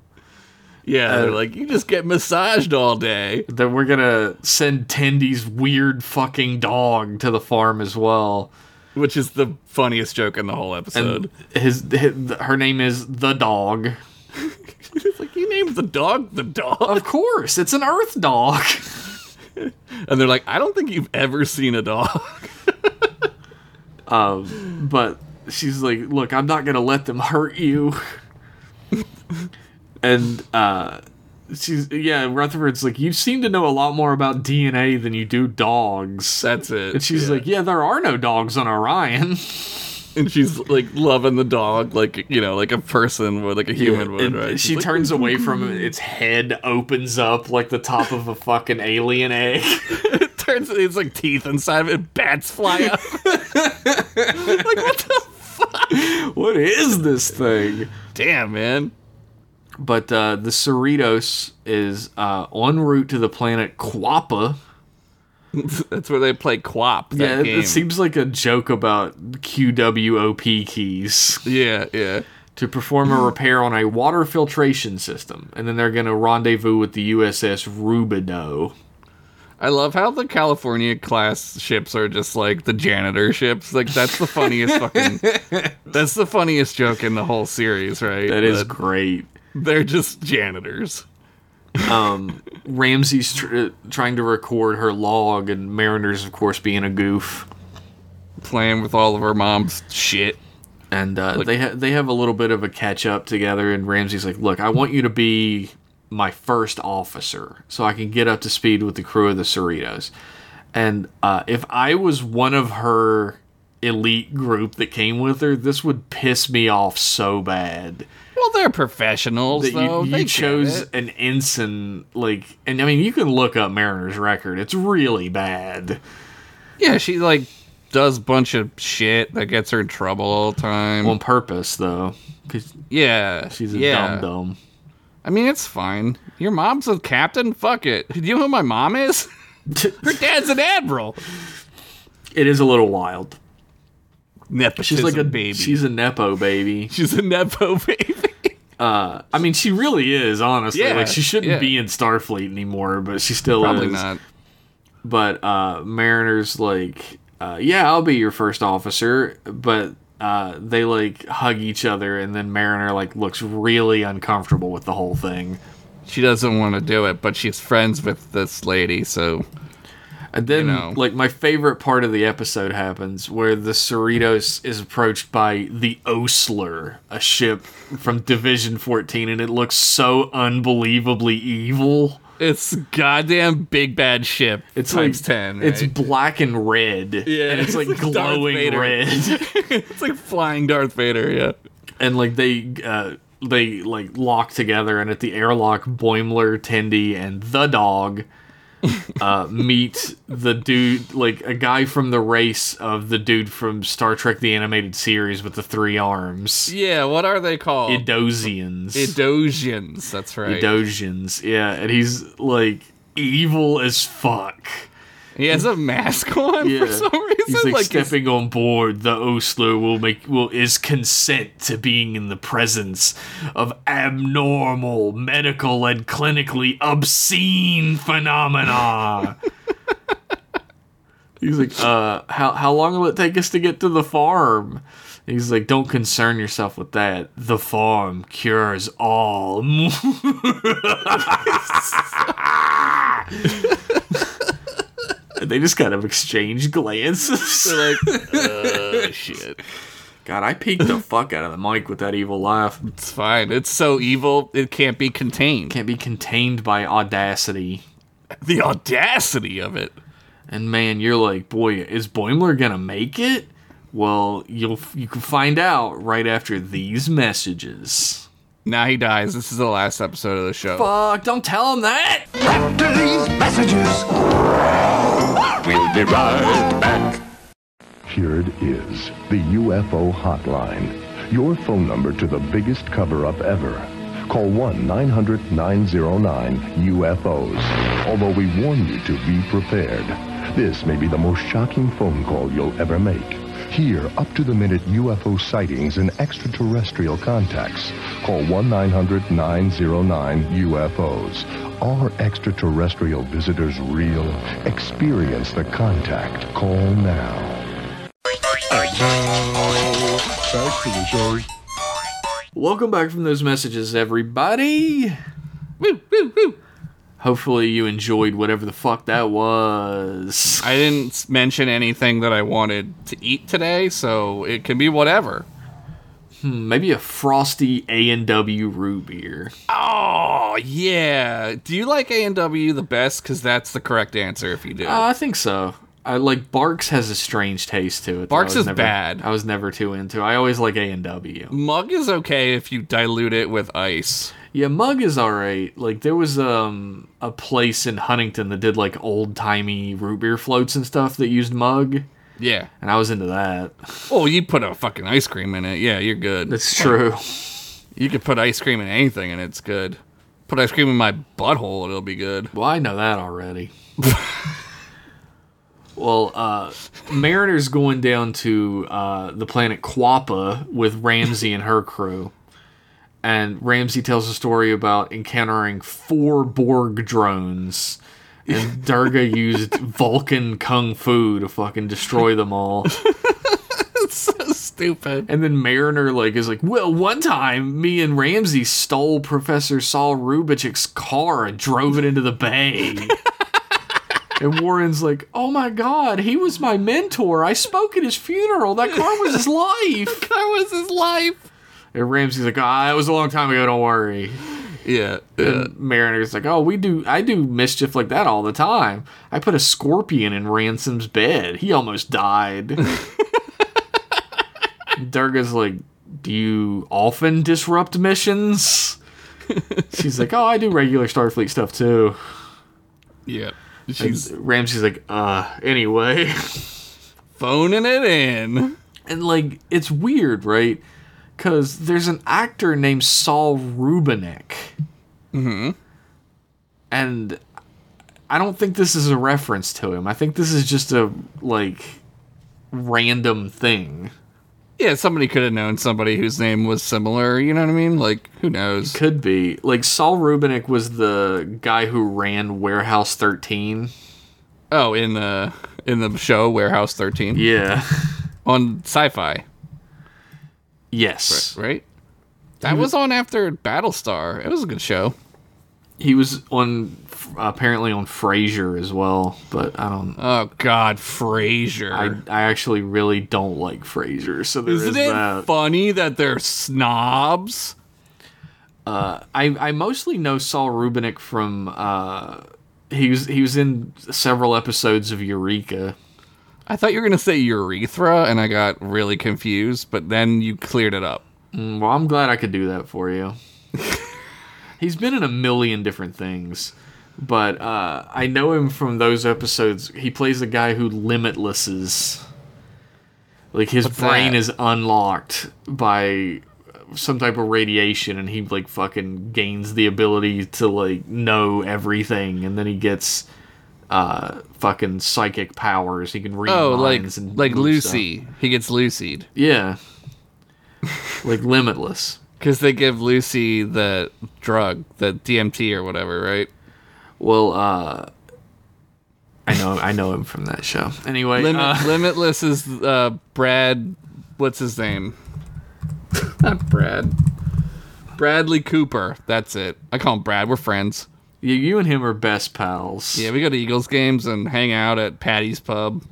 [SPEAKER 2] Yeah,
[SPEAKER 1] Um,
[SPEAKER 2] they're like, you just get massaged all day.
[SPEAKER 1] Then we're going to send Tendy's weird fucking dog to the farm as well.
[SPEAKER 2] Which is the funniest joke in the whole episode.
[SPEAKER 1] His, his her name is the dog.
[SPEAKER 2] it's like, you named the dog the dog?
[SPEAKER 1] Of course, it's an Earth dog. Oh.
[SPEAKER 2] And they're like, I don't think you've ever seen a dog.
[SPEAKER 1] Um, but she's like, "Look, I'm not gonna let them hurt you." and uh, she's yeah, Rutherford's like, "You seem to know a lot more about DNA than you do dogs."
[SPEAKER 2] That's it.
[SPEAKER 1] and she's like, "Yeah, there are no dogs on Orion."
[SPEAKER 2] and she's like loving the dog, like, you know, like a person would, like a human would,
[SPEAKER 1] And
[SPEAKER 2] right?
[SPEAKER 1] she
[SPEAKER 2] She's like,
[SPEAKER 1] turns away from it. Its head opens up like the top of a fucking alien egg.
[SPEAKER 2] it turns, it's like teeth inside of it, bats fly out. like, what the?
[SPEAKER 1] what is this thing?
[SPEAKER 2] Damn, man.
[SPEAKER 1] But uh, the Cerritos is uh, en route to the planet Quappa.
[SPEAKER 2] That's where they play quap. That
[SPEAKER 1] Yeah, it-
[SPEAKER 2] game.
[SPEAKER 1] it seems like a joke about QWOP keys
[SPEAKER 2] yeah, yeah.
[SPEAKER 1] to perform a repair on a water filtration system, and then they're going to rendezvous with the USS Rubido.
[SPEAKER 2] I love how the California class ships are just like the janitor ships. Like that's the funniest fucking. That's the funniest joke in the whole series, right?
[SPEAKER 1] That is great.
[SPEAKER 2] They're just janitors.
[SPEAKER 1] Um, Ramsey's tr- trying to record her log, and Mariner's, of course, being a goof.
[SPEAKER 2] Playing with all of her mom's shit.
[SPEAKER 1] And uh, they ha- they have a little bit of a catch up together, and Ramsey's like, "Look, I want you to be my first officer, so I can get up to speed with the crew of the Cerritos." And uh, if I was one of her elite group that came with her, this would piss me off so bad.
[SPEAKER 2] Well, they're professionals,
[SPEAKER 1] that
[SPEAKER 2] though.
[SPEAKER 1] you,
[SPEAKER 2] They
[SPEAKER 1] you
[SPEAKER 2] get
[SPEAKER 1] chose
[SPEAKER 2] it.
[SPEAKER 1] an ensign like and i mean you can look up mariner's record it's really bad
[SPEAKER 2] Yeah, she like does bunch of shit that gets her in trouble all the time.
[SPEAKER 1] on purpose though because
[SPEAKER 2] yeah,
[SPEAKER 1] she's a
[SPEAKER 2] yeah.
[SPEAKER 1] dumb dumb
[SPEAKER 2] I mean, it's fine. Your mom's a captain. Fuck it. Do you know who my mom is? Her dad's an admiral.
[SPEAKER 1] it is a little wild
[SPEAKER 2] Nepotism
[SPEAKER 1] she's like a
[SPEAKER 2] baby. She's,
[SPEAKER 1] she's a nepo baby
[SPEAKER 2] a nepo baby.
[SPEAKER 1] uh i mean she really is honestly
[SPEAKER 2] Yeah,
[SPEAKER 1] like she shouldn't
[SPEAKER 2] yeah.
[SPEAKER 1] be in starfleet anymore but she still
[SPEAKER 2] Probably
[SPEAKER 1] is
[SPEAKER 2] not.
[SPEAKER 1] but uh, Mariner's like, uh, yeah, I'll be your first officer, but uh, they like hug each other, and then Mariner like looks really uncomfortable with the whole thing.
[SPEAKER 2] She doesn't want to do it, but she's friends with this lady, so
[SPEAKER 1] And then,
[SPEAKER 2] You know.
[SPEAKER 1] like my favorite part of the episode happens, where the Cerritos is approached by the Osler, a ship from Division Fourteen, and it looks so unbelievably evil.
[SPEAKER 2] it's goddamn big bad ship.
[SPEAKER 1] It's
[SPEAKER 2] times
[SPEAKER 1] like
[SPEAKER 2] ten.
[SPEAKER 1] It's
[SPEAKER 2] right?
[SPEAKER 1] black and red,
[SPEAKER 2] Yeah,
[SPEAKER 1] and it's like
[SPEAKER 2] it's like Darth
[SPEAKER 1] glowing
[SPEAKER 2] Vader.
[SPEAKER 1] red.
[SPEAKER 2] it's like flying Darth Vader. Yeah.
[SPEAKER 1] and like they uh, they like lock together, and at the airlock, Boimler, Tendy, and the dog uh, meet the dude, like a guy from the race of the dude from Star Trek: The Animated Series with the three arms,
[SPEAKER 2] Yeah. What are they called?
[SPEAKER 1] Idosians,
[SPEAKER 2] Idosians. That's right.
[SPEAKER 1] Idosians, yeah, and he's like evil as fuck.
[SPEAKER 2] he has a mask on
[SPEAKER 1] Yeah.
[SPEAKER 2] for some reason.
[SPEAKER 1] He's like,
[SPEAKER 2] his-
[SPEAKER 1] stepping on board. The Osler will make will is consent to being in the presence of abnormal medical and clinically obscene phenomena. He's like, uh, how how long will it take us to get to the farm? And he's like, don't concern yourself with that. The farm cures all. they just kind of exchange glances.
[SPEAKER 2] They're like, oh shit.
[SPEAKER 1] God, I peeked the fuck out of the mic with that evil laugh.
[SPEAKER 2] It's fine. It's so evil, it can't be contained.
[SPEAKER 1] Can't be contained by audacity.
[SPEAKER 2] The audacity of it.
[SPEAKER 1] And man, you're like, boy, is Boimler gonna make it? Well, you'll you can find out right after these messages.
[SPEAKER 2] Now he dies. This is the last episode of the show.
[SPEAKER 1] Fuck! Don't tell him that.
[SPEAKER 3] After these messages, we'll be right back.
[SPEAKER 4] Here it is, the UFO hotline. Your phone number to the biggest cover-up ever. Call 1-900-909-UFOs. Although we warn you to be prepared. This may be the most shocking phone call you'll ever make. Here, up-to-the-minute UFO sightings and extraterrestrial contacts. Call 1-900-909-UFOs. Are extraterrestrial visitors real? Experience the contact. Call now.
[SPEAKER 3] Back to the show.
[SPEAKER 1] Welcome back from those messages, everybody.
[SPEAKER 2] Woo, woo, woo.
[SPEAKER 1] Hopefully, you enjoyed whatever the fuck that was.
[SPEAKER 2] I didn't s- mention anything that I wanted to eat today, so it can be whatever.
[SPEAKER 1] Maybe a frosty A and W root beer.
[SPEAKER 2] Oh yeah. Do you like A and W the best? Because that's the correct answer if you do.
[SPEAKER 1] Uh, I think so. I like Barks has a strange taste to it. that
[SPEAKER 2] Barks
[SPEAKER 1] I was
[SPEAKER 2] is
[SPEAKER 1] never-
[SPEAKER 2] bad.
[SPEAKER 1] I was never too into. I always like A and W.
[SPEAKER 2] Mug is okay if you dilute it with ice.
[SPEAKER 1] Yeah, Mug is all right. Like there was um a place in Huntington that did like old timey root beer floats and stuff that used Mug,
[SPEAKER 2] Yeah.
[SPEAKER 1] and I was into that.
[SPEAKER 2] Oh, you put a fucking ice cream in it. Yeah, you're good.
[SPEAKER 1] That's true.
[SPEAKER 2] You could put ice cream in anything and it's good. Put ice cream in my butthole and it'll be good.
[SPEAKER 1] Well, I know that already. well, uh, Mariner's going down to uh, the planet Quappa with Ramsey and her crew. And Ramsey tells a story about encountering four Borg drones And Durga used Vulcan kung fu to fucking destroy them all.
[SPEAKER 2] so stupid.
[SPEAKER 1] And then Mariner like is like, well, one time me and Ramsey stole Professor Saul Rubich's car and drove it into the bay. and Warren's like, oh my god, he was my mentor. I spoke at his funeral. That car was his life.
[SPEAKER 2] That was his life.
[SPEAKER 1] And Ramsey's like, ah, that was a long time ago. Don't worry.
[SPEAKER 2] Yeah. uh, yeah.
[SPEAKER 1] And Mariner's like, oh, we do. I do mischief like that all the time. I put a scorpion in Ransom's bed. He almost died. Durga's like, do you often disrupt missions? She's like, oh, I do regular Starfleet stuff too.
[SPEAKER 2] Yeah. She's
[SPEAKER 1] Ramsey's like, uh, anyway.
[SPEAKER 2] phoning it in.
[SPEAKER 1] And like, it's weird, right? Because there's an actor named Saul Rubinek.
[SPEAKER 2] hmm
[SPEAKER 1] and I don't think this is a reference to him. I think this is just a like random thing.
[SPEAKER 2] Yeah, somebody could have known somebody whose name was similar. You know what I mean? Like, who knows?
[SPEAKER 1] Could be like Saul Rubinick was the guy who ran Warehouse 13.
[SPEAKER 2] Oh, in the in the show Warehouse 13
[SPEAKER 1] Yeah.
[SPEAKER 2] on Sci-Fi,
[SPEAKER 1] yes.
[SPEAKER 2] right?
[SPEAKER 1] Mm-hmm.
[SPEAKER 2] That was on after Battlestar. It was a good show.
[SPEAKER 1] He was on apparently on Frasier as well, but I don't.
[SPEAKER 2] Oh God, Frasier.
[SPEAKER 1] I, I actually really don't like Frasier, so there is
[SPEAKER 2] Isn't it
[SPEAKER 1] that.
[SPEAKER 2] funny that they're snobs?
[SPEAKER 1] I, I mostly know Saul Rubinick from uh, he was he was in several episodes of Eureka.
[SPEAKER 2] I thought you were gonna say urethra, and I got really confused. But then you cleared it up.
[SPEAKER 1] Mm, Well, I'm glad I could do that for you. He's been in a million different things, but uh, I know him from those episodes. He plays the guy who limitlesses. Like his
[SPEAKER 2] that?
[SPEAKER 1] brain is unlocked by some type of radiation, and he like fucking gains the ability to like know everything, and then he gets uh fucking psychic powers. He can read
[SPEAKER 2] Oh, like
[SPEAKER 1] minds and
[SPEAKER 2] like
[SPEAKER 1] do stuff.
[SPEAKER 2] Lucy. He gets Lucied
[SPEAKER 1] Yeah, like limitless.
[SPEAKER 2] because they give Lucy the drug, the DMT or whatever, right?
[SPEAKER 1] Well, uh, I know I know him from that show. Anyway,
[SPEAKER 2] Limit,
[SPEAKER 1] uh,
[SPEAKER 2] Limitless is uh, Brad. What's his name? Not Brad. Bradley Cooper. That's it. I call him Brad. We're friends.
[SPEAKER 1] you, you and him are best pals.
[SPEAKER 2] Yeah, we go to Eagles games and hang out at Patty's Pub.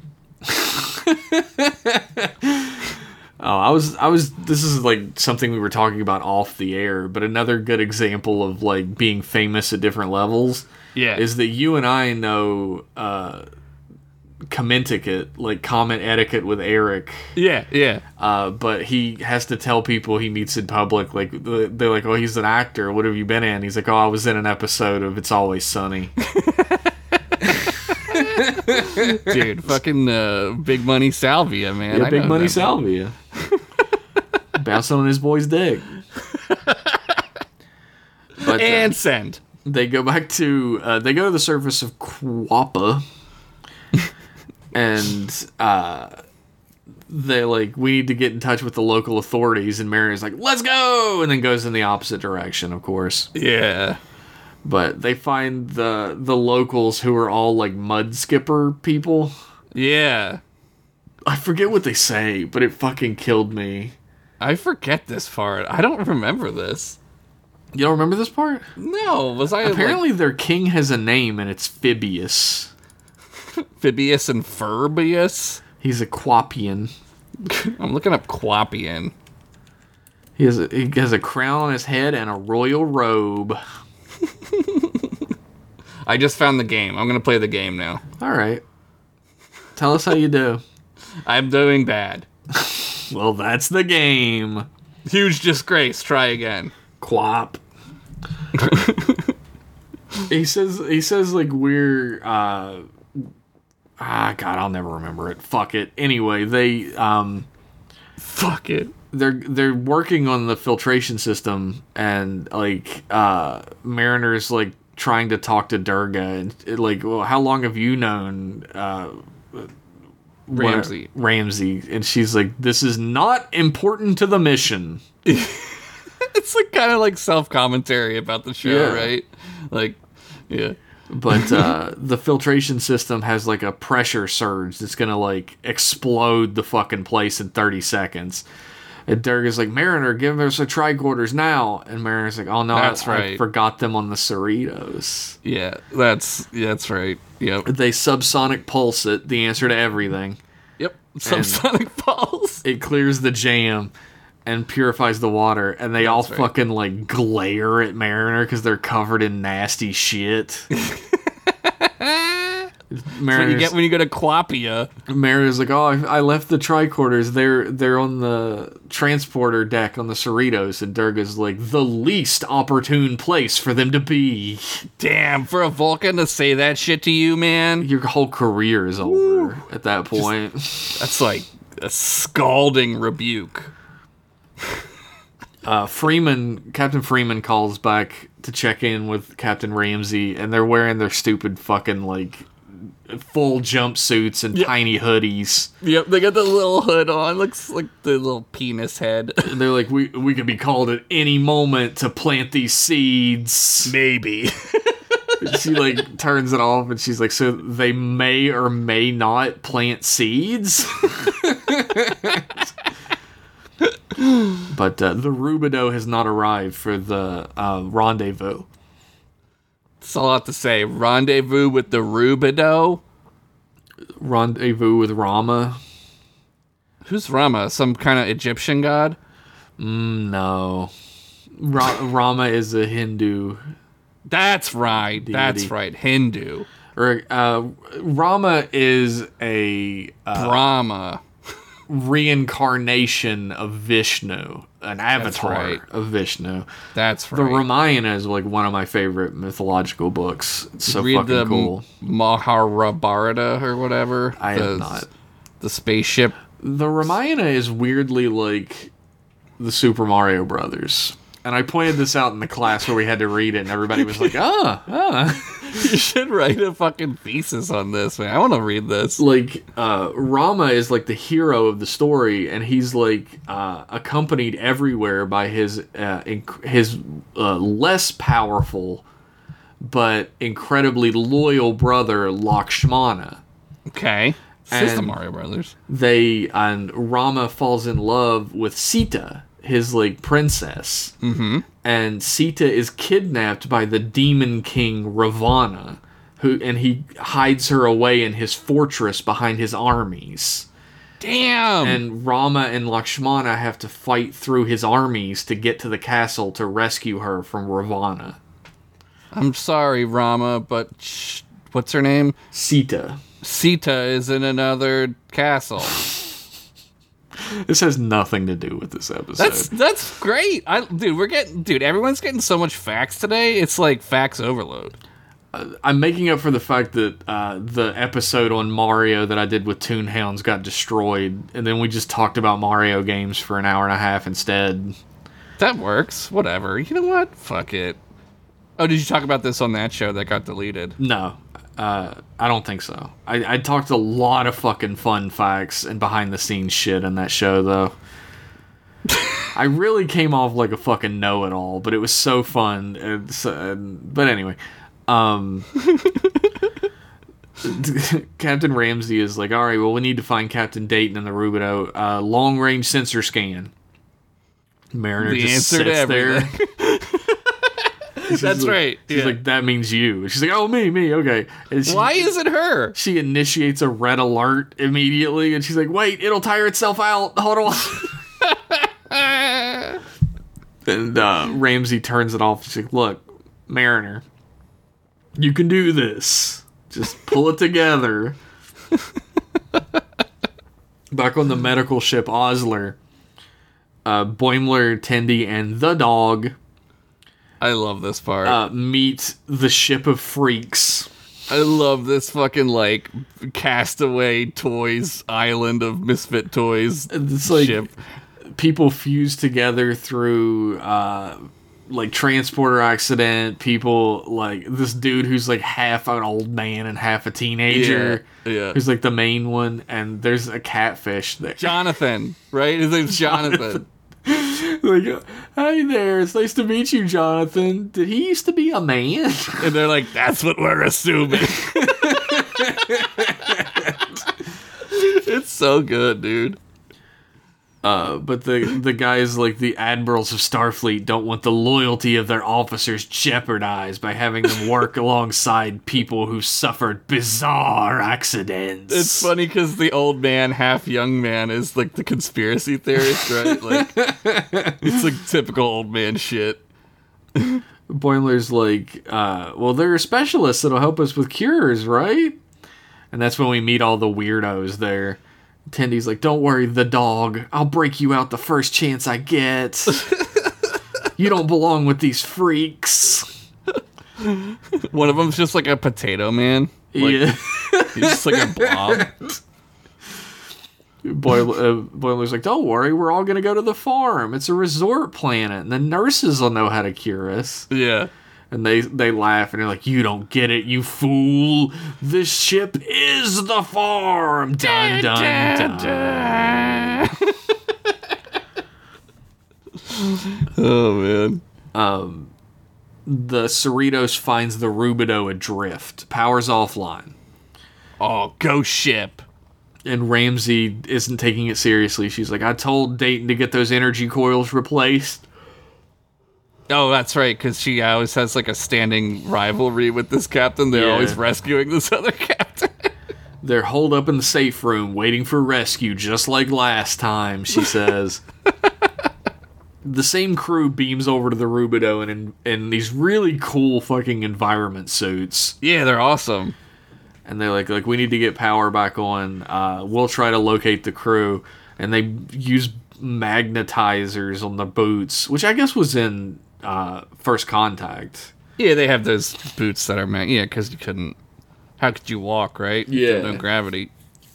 [SPEAKER 1] Oh, I was I was. This is like something we were talking about off the air, but another good example of like being famous at different levels
[SPEAKER 2] Yeah.
[SPEAKER 1] is that you and I know uh, commenticate, like comment etiquette with Eric.
[SPEAKER 2] Yeah, yeah.
[SPEAKER 1] uh, but he has to tell people he meets in public. Like th- they're like, "Oh, he's an actor. What have you been in?" He's like, "Oh, I was in an episode of It's Always Sunny."
[SPEAKER 2] Dude, fucking uh, Big Money Salvia, man.
[SPEAKER 1] yeah,
[SPEAKER 2] I
[SPEAKER 1] Big
[SPEAKER 2] know
[SPEAKER 1] Money
[SPEAKER 2] him.
[SPEAKER 1] Salvia, bouncing on his boy's dick. But uh,
[SPEAKER 2] And send.
[SPEAKER 1] they go back to uh, they go to the surface of Quappa, and uh, they like we need to get in touch with the local authorities. And Mariner's like, "Let's go!" and then goes in the opposite direction, of course.
[SPEAKER 2] Yeah.
[SPEAKER 1] but they find the the locals who are all like mud skipper people.
[SPEAKER 2] Yeah.
[SPEAKER 1] I forget what they say, but it fucking killed me.
[SPEAKER 2] I forget this part. I don't remember this.
[SPEAKER 1] You don't remember this part?
[SPEAKER 2] No, was I
[SPEAKER 1] Apparently, their king has a name and it's Phibius.
[SPEAKER 2] like, Phibius and Furbius?
[SPEAKER 1] He's a Quapian.
[SPEAKER 2] I'm looking up Quapian.
[SPEAKER 1] He has a, he has a crown on his head and a royal robe.
[SPEAKER 2] I just found the game. I'm gonna play the game now.
[SPEAKER 1] All right, tell us how you do.
[SPEAKER 2] I'm doing bad.
[SPEAKER 1] Well, that's the game.
[SPEAKER 2] Huge disgrace. Try again.
[SPEAKER 1] Quap. he says he says like we're uh ah god, I'll never remember it. Fuck it. Anyway, they um
[SPEAKER 2] Fuck it.
[SPEAKER 1] they're they're working on the filtration system and like uh Mariner's like trying to talk to Durga and it, like well how long have you known uh what-
[SPEAKER 2] Ramsey.
[SPEAKER 1] Ramsey and she's like this is not important to the mission.
[SPEAKER 2] It's like kind of like self commentary about the show,
[SPEAKER 1] Yeah.
[SPEAKER 2] right? Like, yeah.
[SPEAKER 1] but uh, the filtration system has like a pressure surge that's gonna like explode the fucking place in 30 seconds. And Dirk is like, Mariner, give us the tricorders now. And Mariner's like, oh no,
[SPEAKER 2] That's
[SPEAKER 1] that's I, I
[SPEAKER 2] right.
[SPEAKER 1] forgot them on the Cerritos.
[SPEAKER 2] Yeah, that's yeah, that's right. Yep.
[SPEAKER 1] They subsonic pulse it, the answer to everything.
[SPEAKER 2] Yep. Subsonic pulse.
[SPEAKER 1] It clears the jam and purifies the water. And they all
[SPEAKER 2] right.
[SPEAKER 1] fucking like glare at Mariner because they're covered in nasty shit.
[SPEAKER 2] What you
[SPEAKER 1] Mariner's,
[SPEAKER 2] get when you go to Quapia.
[SPEAKER 1] Mariner's like, oh, I, I left the tricorders. They're they're on the transporter deck on the Cerritos, and Durga's like the least opportune place for them to be.
[SPEAKER 2] Damn, for a Vulcan to say that shit to you, man.
[SPEAKER 1] Your whole career is over at that point.
[SPEAKER 2] That's like a scalding rebuke.
[SPEAKER 1] Uh, Freeman, Captain Freeman calls back to check in with Captain Ramsey, and they're wearing their stupid fucking like full jumpsuits and tiny hoodies.
[SPEAKER 2] Yep, they got the little hood on. Looks like the little penis head.
[SPEAKER 1] And they're like, we we could be called at any moment to plant these seeds.
[SPEAKER 2] Maybe.
[SPEAKER 1] she like turns it off and she's like, so they may or may not plant seeds. but uh, the Rubido has not arrived for the uh, rendezvous.
[SPEAKER 2] That's all I have to say. Rendezvous with the Rubido.
[SPEAKER 1] Rendezvous with Rama.
[SPEAKER 2] Who's Rama? Some kind of Egyptian god?
[SPEAKER 1] No, Ra- Rama is a Hindu,
[SPEAKER 2] That's right. That's
[SPEAKER 1] Deity.
[SPEAKER 2] right. Hindu.
[SPEAKER 1] or uh, Rama is a uh,
[SPEAKER 2] Brahma.
[SPEAKER 1] reincarnation of Vishnu, an avatar
[SPEAKER 2] right.
[SPEAKER 1] of Vishnu.
[SPEAKER 2] That's right.
[SPEAKER 1] The Ramayana is like one of my favorite mythological books. It's so
[SPEAKER 2] Read
[SPEAKER 1] fucking
[SPEAKER 2] the
[SPEAKER 1] cool.
[SPEAKER 2] Maharabharata or whatever.
[SPEAKER 1] I
[SPEAKER 2] the,
[SPEAKER 1] have not.
[SPEAKER 2] The spaceship.
[SPEAKER 1] The Ramayana is weirdly like the Super Mario Brothers. And I pointed this out in the class where we had to read it, and everybody was like, "Ah, ah!"
[SPEAKER 2] You should write a fucking thesis on this, man. I want to read this.
[SPEAKER 1] Like uh, Rama is like the hero of the story, and he's like uh, accompanied everywhere by his uh, inc- his uh, less powerful but incredibly loyal brother Lakshmana.
[SPEAKER 2] Okay. This is the
[SPEAKER 1] And-
[SPEAKER 2] Mario Brothers.
[SPEAKER 1] they and Rama falls in love with Sita, his like princess, mm-hmm. and Sita is kidnapped by the demon king Ravana, who and he hides her away in his fortress behind his armies.
[SPEAKER 2] Damn.
[SPEAKER 1] And Rama and Lakshmana have to fight through his armies to get to the castle to rescue her from Ravana.
[SPEAKER 2] I'm sorry, Rama, but sh- what's her name?
[SPEAKER 1] Sita.
[SPEAKER 2] Sita is in another castle.
[SPEAKER 1] This has nothing to do with this episode.
[SPEAKER 2] That's that's great. I dude, we're getting dude, everyone's getting so much facts today. It's like facts overload.
[SPEAKER 1] I'm making up for the fact that uh, the episode on Mario that I did with Toonhounds got destroyed, and then we just talked about Mario games for an hour and a half instead.
[SPEAKER 2] That works. Whatever. You know what? Fuck it. Oh, did you talk about this on that show that got deleted?
[SPEAKER 1] No, uh, I don't think so. I, I talked a lot of fucking fun facts and behind the scenes shit in that show, though. I really came off like a fucking know it all, but it was so fun. And so, and, but anyway, um, Captain Ramsey is like, all right, well, we need to find Captain Dayton and the Rubido. Uh, long range sensor scan. Mariner
[SPEAKER 2] The
[SPEAKER 1] just
[SPEAKER 2] answer to
[SPEAKER 1] sits there. She's
[SPEAKER 2] That's
[SPEAKER 1] like-
[SPEAKER 2] right.
[SPEAKER 1] She's
[SPEAKER 2] yeah.
[SPEAKER 1] like, that means you. She's like, oh, me, me, okay. And she-
[SPEAKER 2] Why is it her?
[SPEAKER 1] she initiates a red alert immediately and she's like wait it'll tire itself out hold on and uh, ramsey turns it off she's like look mariner you can do this just pull it together back on the medical ship osler uh, boimler tendy and the dog
[SPEAKER 2] I love this part.
[SPEAKER 1] uh, meet the ship of freaks
[SPEAKER 2] I love this fucking like castaway toys island of misfit toys
[SPEAKER 1] it's like
[SPEAKER 2] ship.
[SPEAKER 1] people fuse together through uh like transporter accident people like this dude who's like half an old man and half a teenager
[SPEAKER 2] Yeah, yeah.
[SPEAKER 1] who's like the main one and there's a catfish there
[SPEAKER 2] Jonathan, right? His name's Jonathan.
[SPEAKER 1] Like, hey there, it's nice to meet you, Jonathan. Did he used to be a man?
[SPEAKER 2] And they're like, that's what we're assuming. it's so good, dude.
[SPEAKER 1] Uh, but the the guys like the admirals of Starfleet don't want the loyalty of their officers jeopardized by having them work alongside people who suffered bizarre accidents.
[SPEAKER 2] It's funny because the old man, half young man, is like the conspiracy theorist, right? Like, it's like typical old man shit.
[SPEAKER 1] Boimler's like, uh, well, there are specialists that'll help us with cures, right? And that's when we meet all the weirdos there. Tendy's like, don't worry, the dog. I'll break you out the first chance I get. you don't belong with these freaks.
[SPEAKER 2] One of them's just like a potato man. Like,
[SPEAKER 1] yeah.
[SPEAKER 2] He's just like a blob.
[SPEAKER 1] Boil- uh, Boiler's like, don't worry, we're all going to go to the farm. It's a resort planet, and the nurses will know how to cure us.
[SPEAKER 2] Yeah.
[SPEAKER 1] And they, they laugh and they're like, You don't get it, you fool. This ship is the farm. Dun, dun, dun.
[SPEAKER 2] Oh, man.
[SPEAKER 1] The Cerritos finds the Rubido adrift, powers offline.
[SPEAKER 2] Oh, ghost ship.
[SPEAKER 1] And Ramsey isn't taking it seriously. She's like, I told Dayton to get those energy coils replaced.
[SPEAKER 2] Oh, that's right, because she always has like a standing rivalry with this captain. They're
[SPEAKER 1] Yeah.
[SPEAKER 2] always rescuing this other captain.
[SPEAKER 1] They're holed up in the safe room waiting for rescue, just like last time, she says. the same crew beams over to the Rubido and in, in these really cool fucking environment suits.
[SPEAKER 2] Yeah, they're awesome.
[SPEAKER 1] and they're like, like we need to get power back on. Uh, we'll try to locate the crew, and they use magnetizers on the boots, which I guess was in uh, First Contact.
[SPEAKER 2] Yeah, they have those boots that are meant. Yeah, because you couldn't. How could you walk, right?
[SPEAKER 1] Yeah.
[SPEAKER 2] No gravity.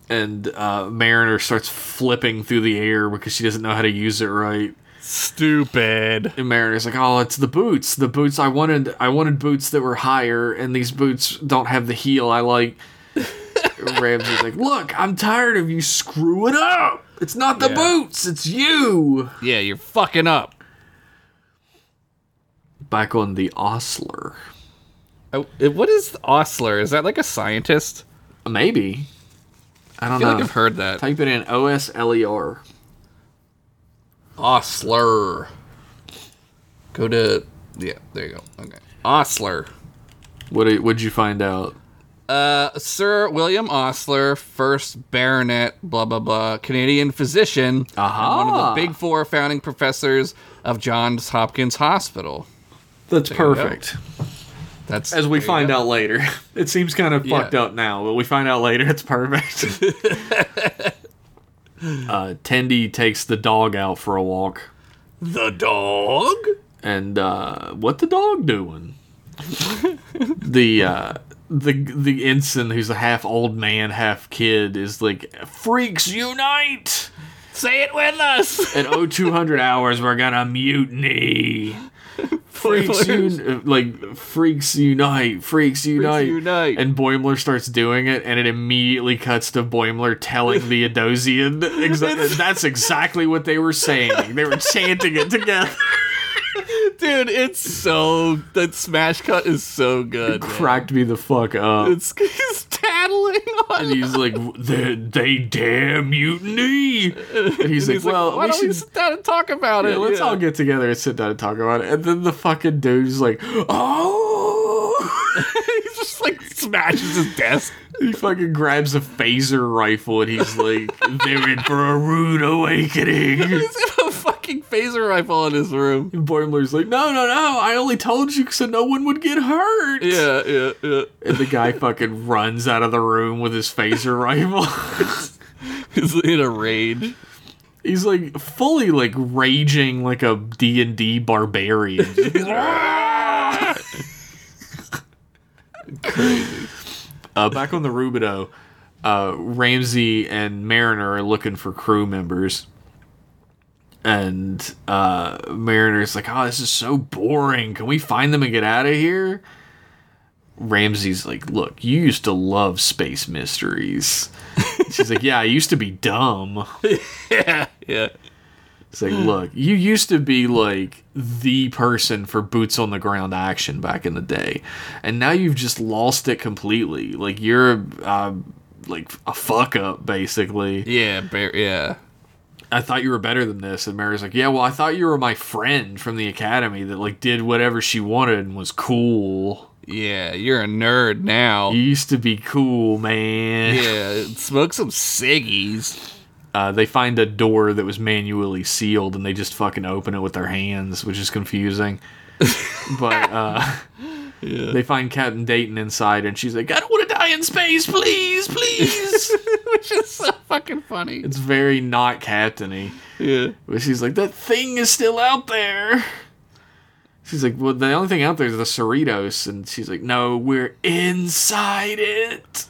[SPEAKER 1] And uh, Mariner starts flipping through the air because she doesn't know how to use it right.
[SPEAKER 2] Stupid.
[SPEAKER 1] And Mariner's like, "Oh, it's the boots. The boots I wanted. I wanted boots that were higher, and these boots don't have the heel I like." Ramsey's like, "Look, I'm tired of you screwing up. It's not the
[SPEAKER 2] Yeah.
[SPEAKER 1] boots. It's you."
[SPEAKER 2] Yeah, you're fucking up.
[SPEAKER 1] back on the Osler.
[SPEAKER 2] Oh, it- what is Osler? Is that like a scientist?
[SPEAKER 1] Maybe. I don't
[SPEAKER 2] Uh, I feel
[SPEAKER 1] know.
[SPEAKER 2] like I've heard that.
[SPEAKER 1] Type it in O S L E R.
[SPEAKER 2] Osler. Go to. Yeah, there you go. Okay. Osler.
[SPEAKER 1] What did- what'd you find out?
[SPEAKER 2] Uh, Sir William Osler, first baronet, blah blah blah, Canadian physician,
[SPEAKER 1] Ah.
[SPEAKER 2] and one of
[SPEAKER 1] Aha.
[SPEAKER 2] the big four founding professors of Johns Hopkins Hospital.
[SPEAKER 1] That's
[SPEAKER 2] you go.
[SPEAKER 1] perfect.
[SPEAKER 2] That's
[SPEAKER 1] As we
[SPEAKER 2] there you
[SPEAKER 1] find
[SPEAKER 2] go.
[SPEAKER 1] out later. It seems kind of
[SPEAKER 2] Yeah.
[SPEAKER 1] fucked up now, but we find out later it's perfect. uh, Tendy takes the dog out for a walk.
[SPEAKER 2] the dog.
[SPEAKER 1] and uh, what the dog doing? the uh, the the ensign, who's a half old man, half kid, is like freaks unite.
[SPEAKER 2] Say it with us.
[SPEAKER 1] At 0200 hours, we're gonna mutiny. Freaks un- like freaks unite, freaks unite,
[SPEAKER 2] unite.
[SPEAKER 1] And Boimler starts doing it, and it immediately cuts to Boimler telling the Adosian exa- that's exactly what they were saying. They were chanting it together.
[SPEAKER 2] Dude, it's so that smash cut is so good. man.
[SPEAKER 1] Cracked me the fuck up.
[SPEAKER 2] It's he's tattling on.
[SPEAKER 1] And he's like, they, they dare mutiny. And he's, like,
[SPEAKER 2] He's like,
[SPEAKER 1] well,
[SPEAKER 2] why
[SPEAKER 1] we
[SPEAKER 2] don't
[SPEAKER 1] should.
[SPEAKER 2] we sit down and talk about
[SPEAKER 1] yeah,
[SPEAKER 2] it?
[SPEAKER 1] let's
[SPEAKER 2] Yeah.
[SPEAKER 1] all get together and sit down and talk about it. And then the fucking dude's like, oh.
[SPEAKER 2] He just like smashes his desk.
[SPEAKER 1] he fucking grabs a phaser rifle and he's like, they're in for a rude awakening.
[SPEAKER 2] He's got a fucking phaser rifle in his room.
[SPEAKER 1] And Boimler's like, no, no, no. I only told you so no one would get hurt.
[SPEAKER 2] Yeah, yeah, yeah.
[SPEAKER 1] And the guy fucking runs out of the room with his phaser rifle.
[SPEAKER 2] He's in a rage.
[SPEAKER 1] He's like fully like raging like a D and D barbarian. Crazy. Uh, back on the Rubido, uh, Ramsey and Mariner are looking for crew members, and uh, Mariner's like, "Oh, this is so boring. Can we find them and get out of here?" Ramsey's like, "Look, you used to love space mysteries." She's like, "Yeah, I used to be dumb."
[SPEAKER 2] Yeah.
[SPEAKER 1] It's like, look, you used to be like the person for boots on the ground action back in the day, and now you've just lost it completely. Like you're uh, like a fuck up, basically.
[SPEAKER 2] Yeah, bear, yeah.
[SPEAKER 1] I thought you were better than this, and Mary's like, yeah, well, I thought you were my friend from the academy that like did whatever she wanted and was cool.
[SPEAKER 2] Yeah, you're a nerd now.
[SPEAKER 1] You used to be cool, man.
[SPEAKER 2] Yeah, smoke some ciggies.
[SPEAKER 1] Uh, they find a door that was manually sealed and they just fucking open it with their hands, which is confusing. but uh, they find Captain Dayton inside and she's like, I don't want to die in space, please, please.
[SPEAKER 2] Which is so fucking funny.
[SPEAKER 1] it's very not Captainy.
[SPEAKER 2] Yeah.
[SPEAKER 1] But she's like, That thing is still out there. She's like, Well, the only thing out there is the Cerritos. And she's like, No, we're inside it.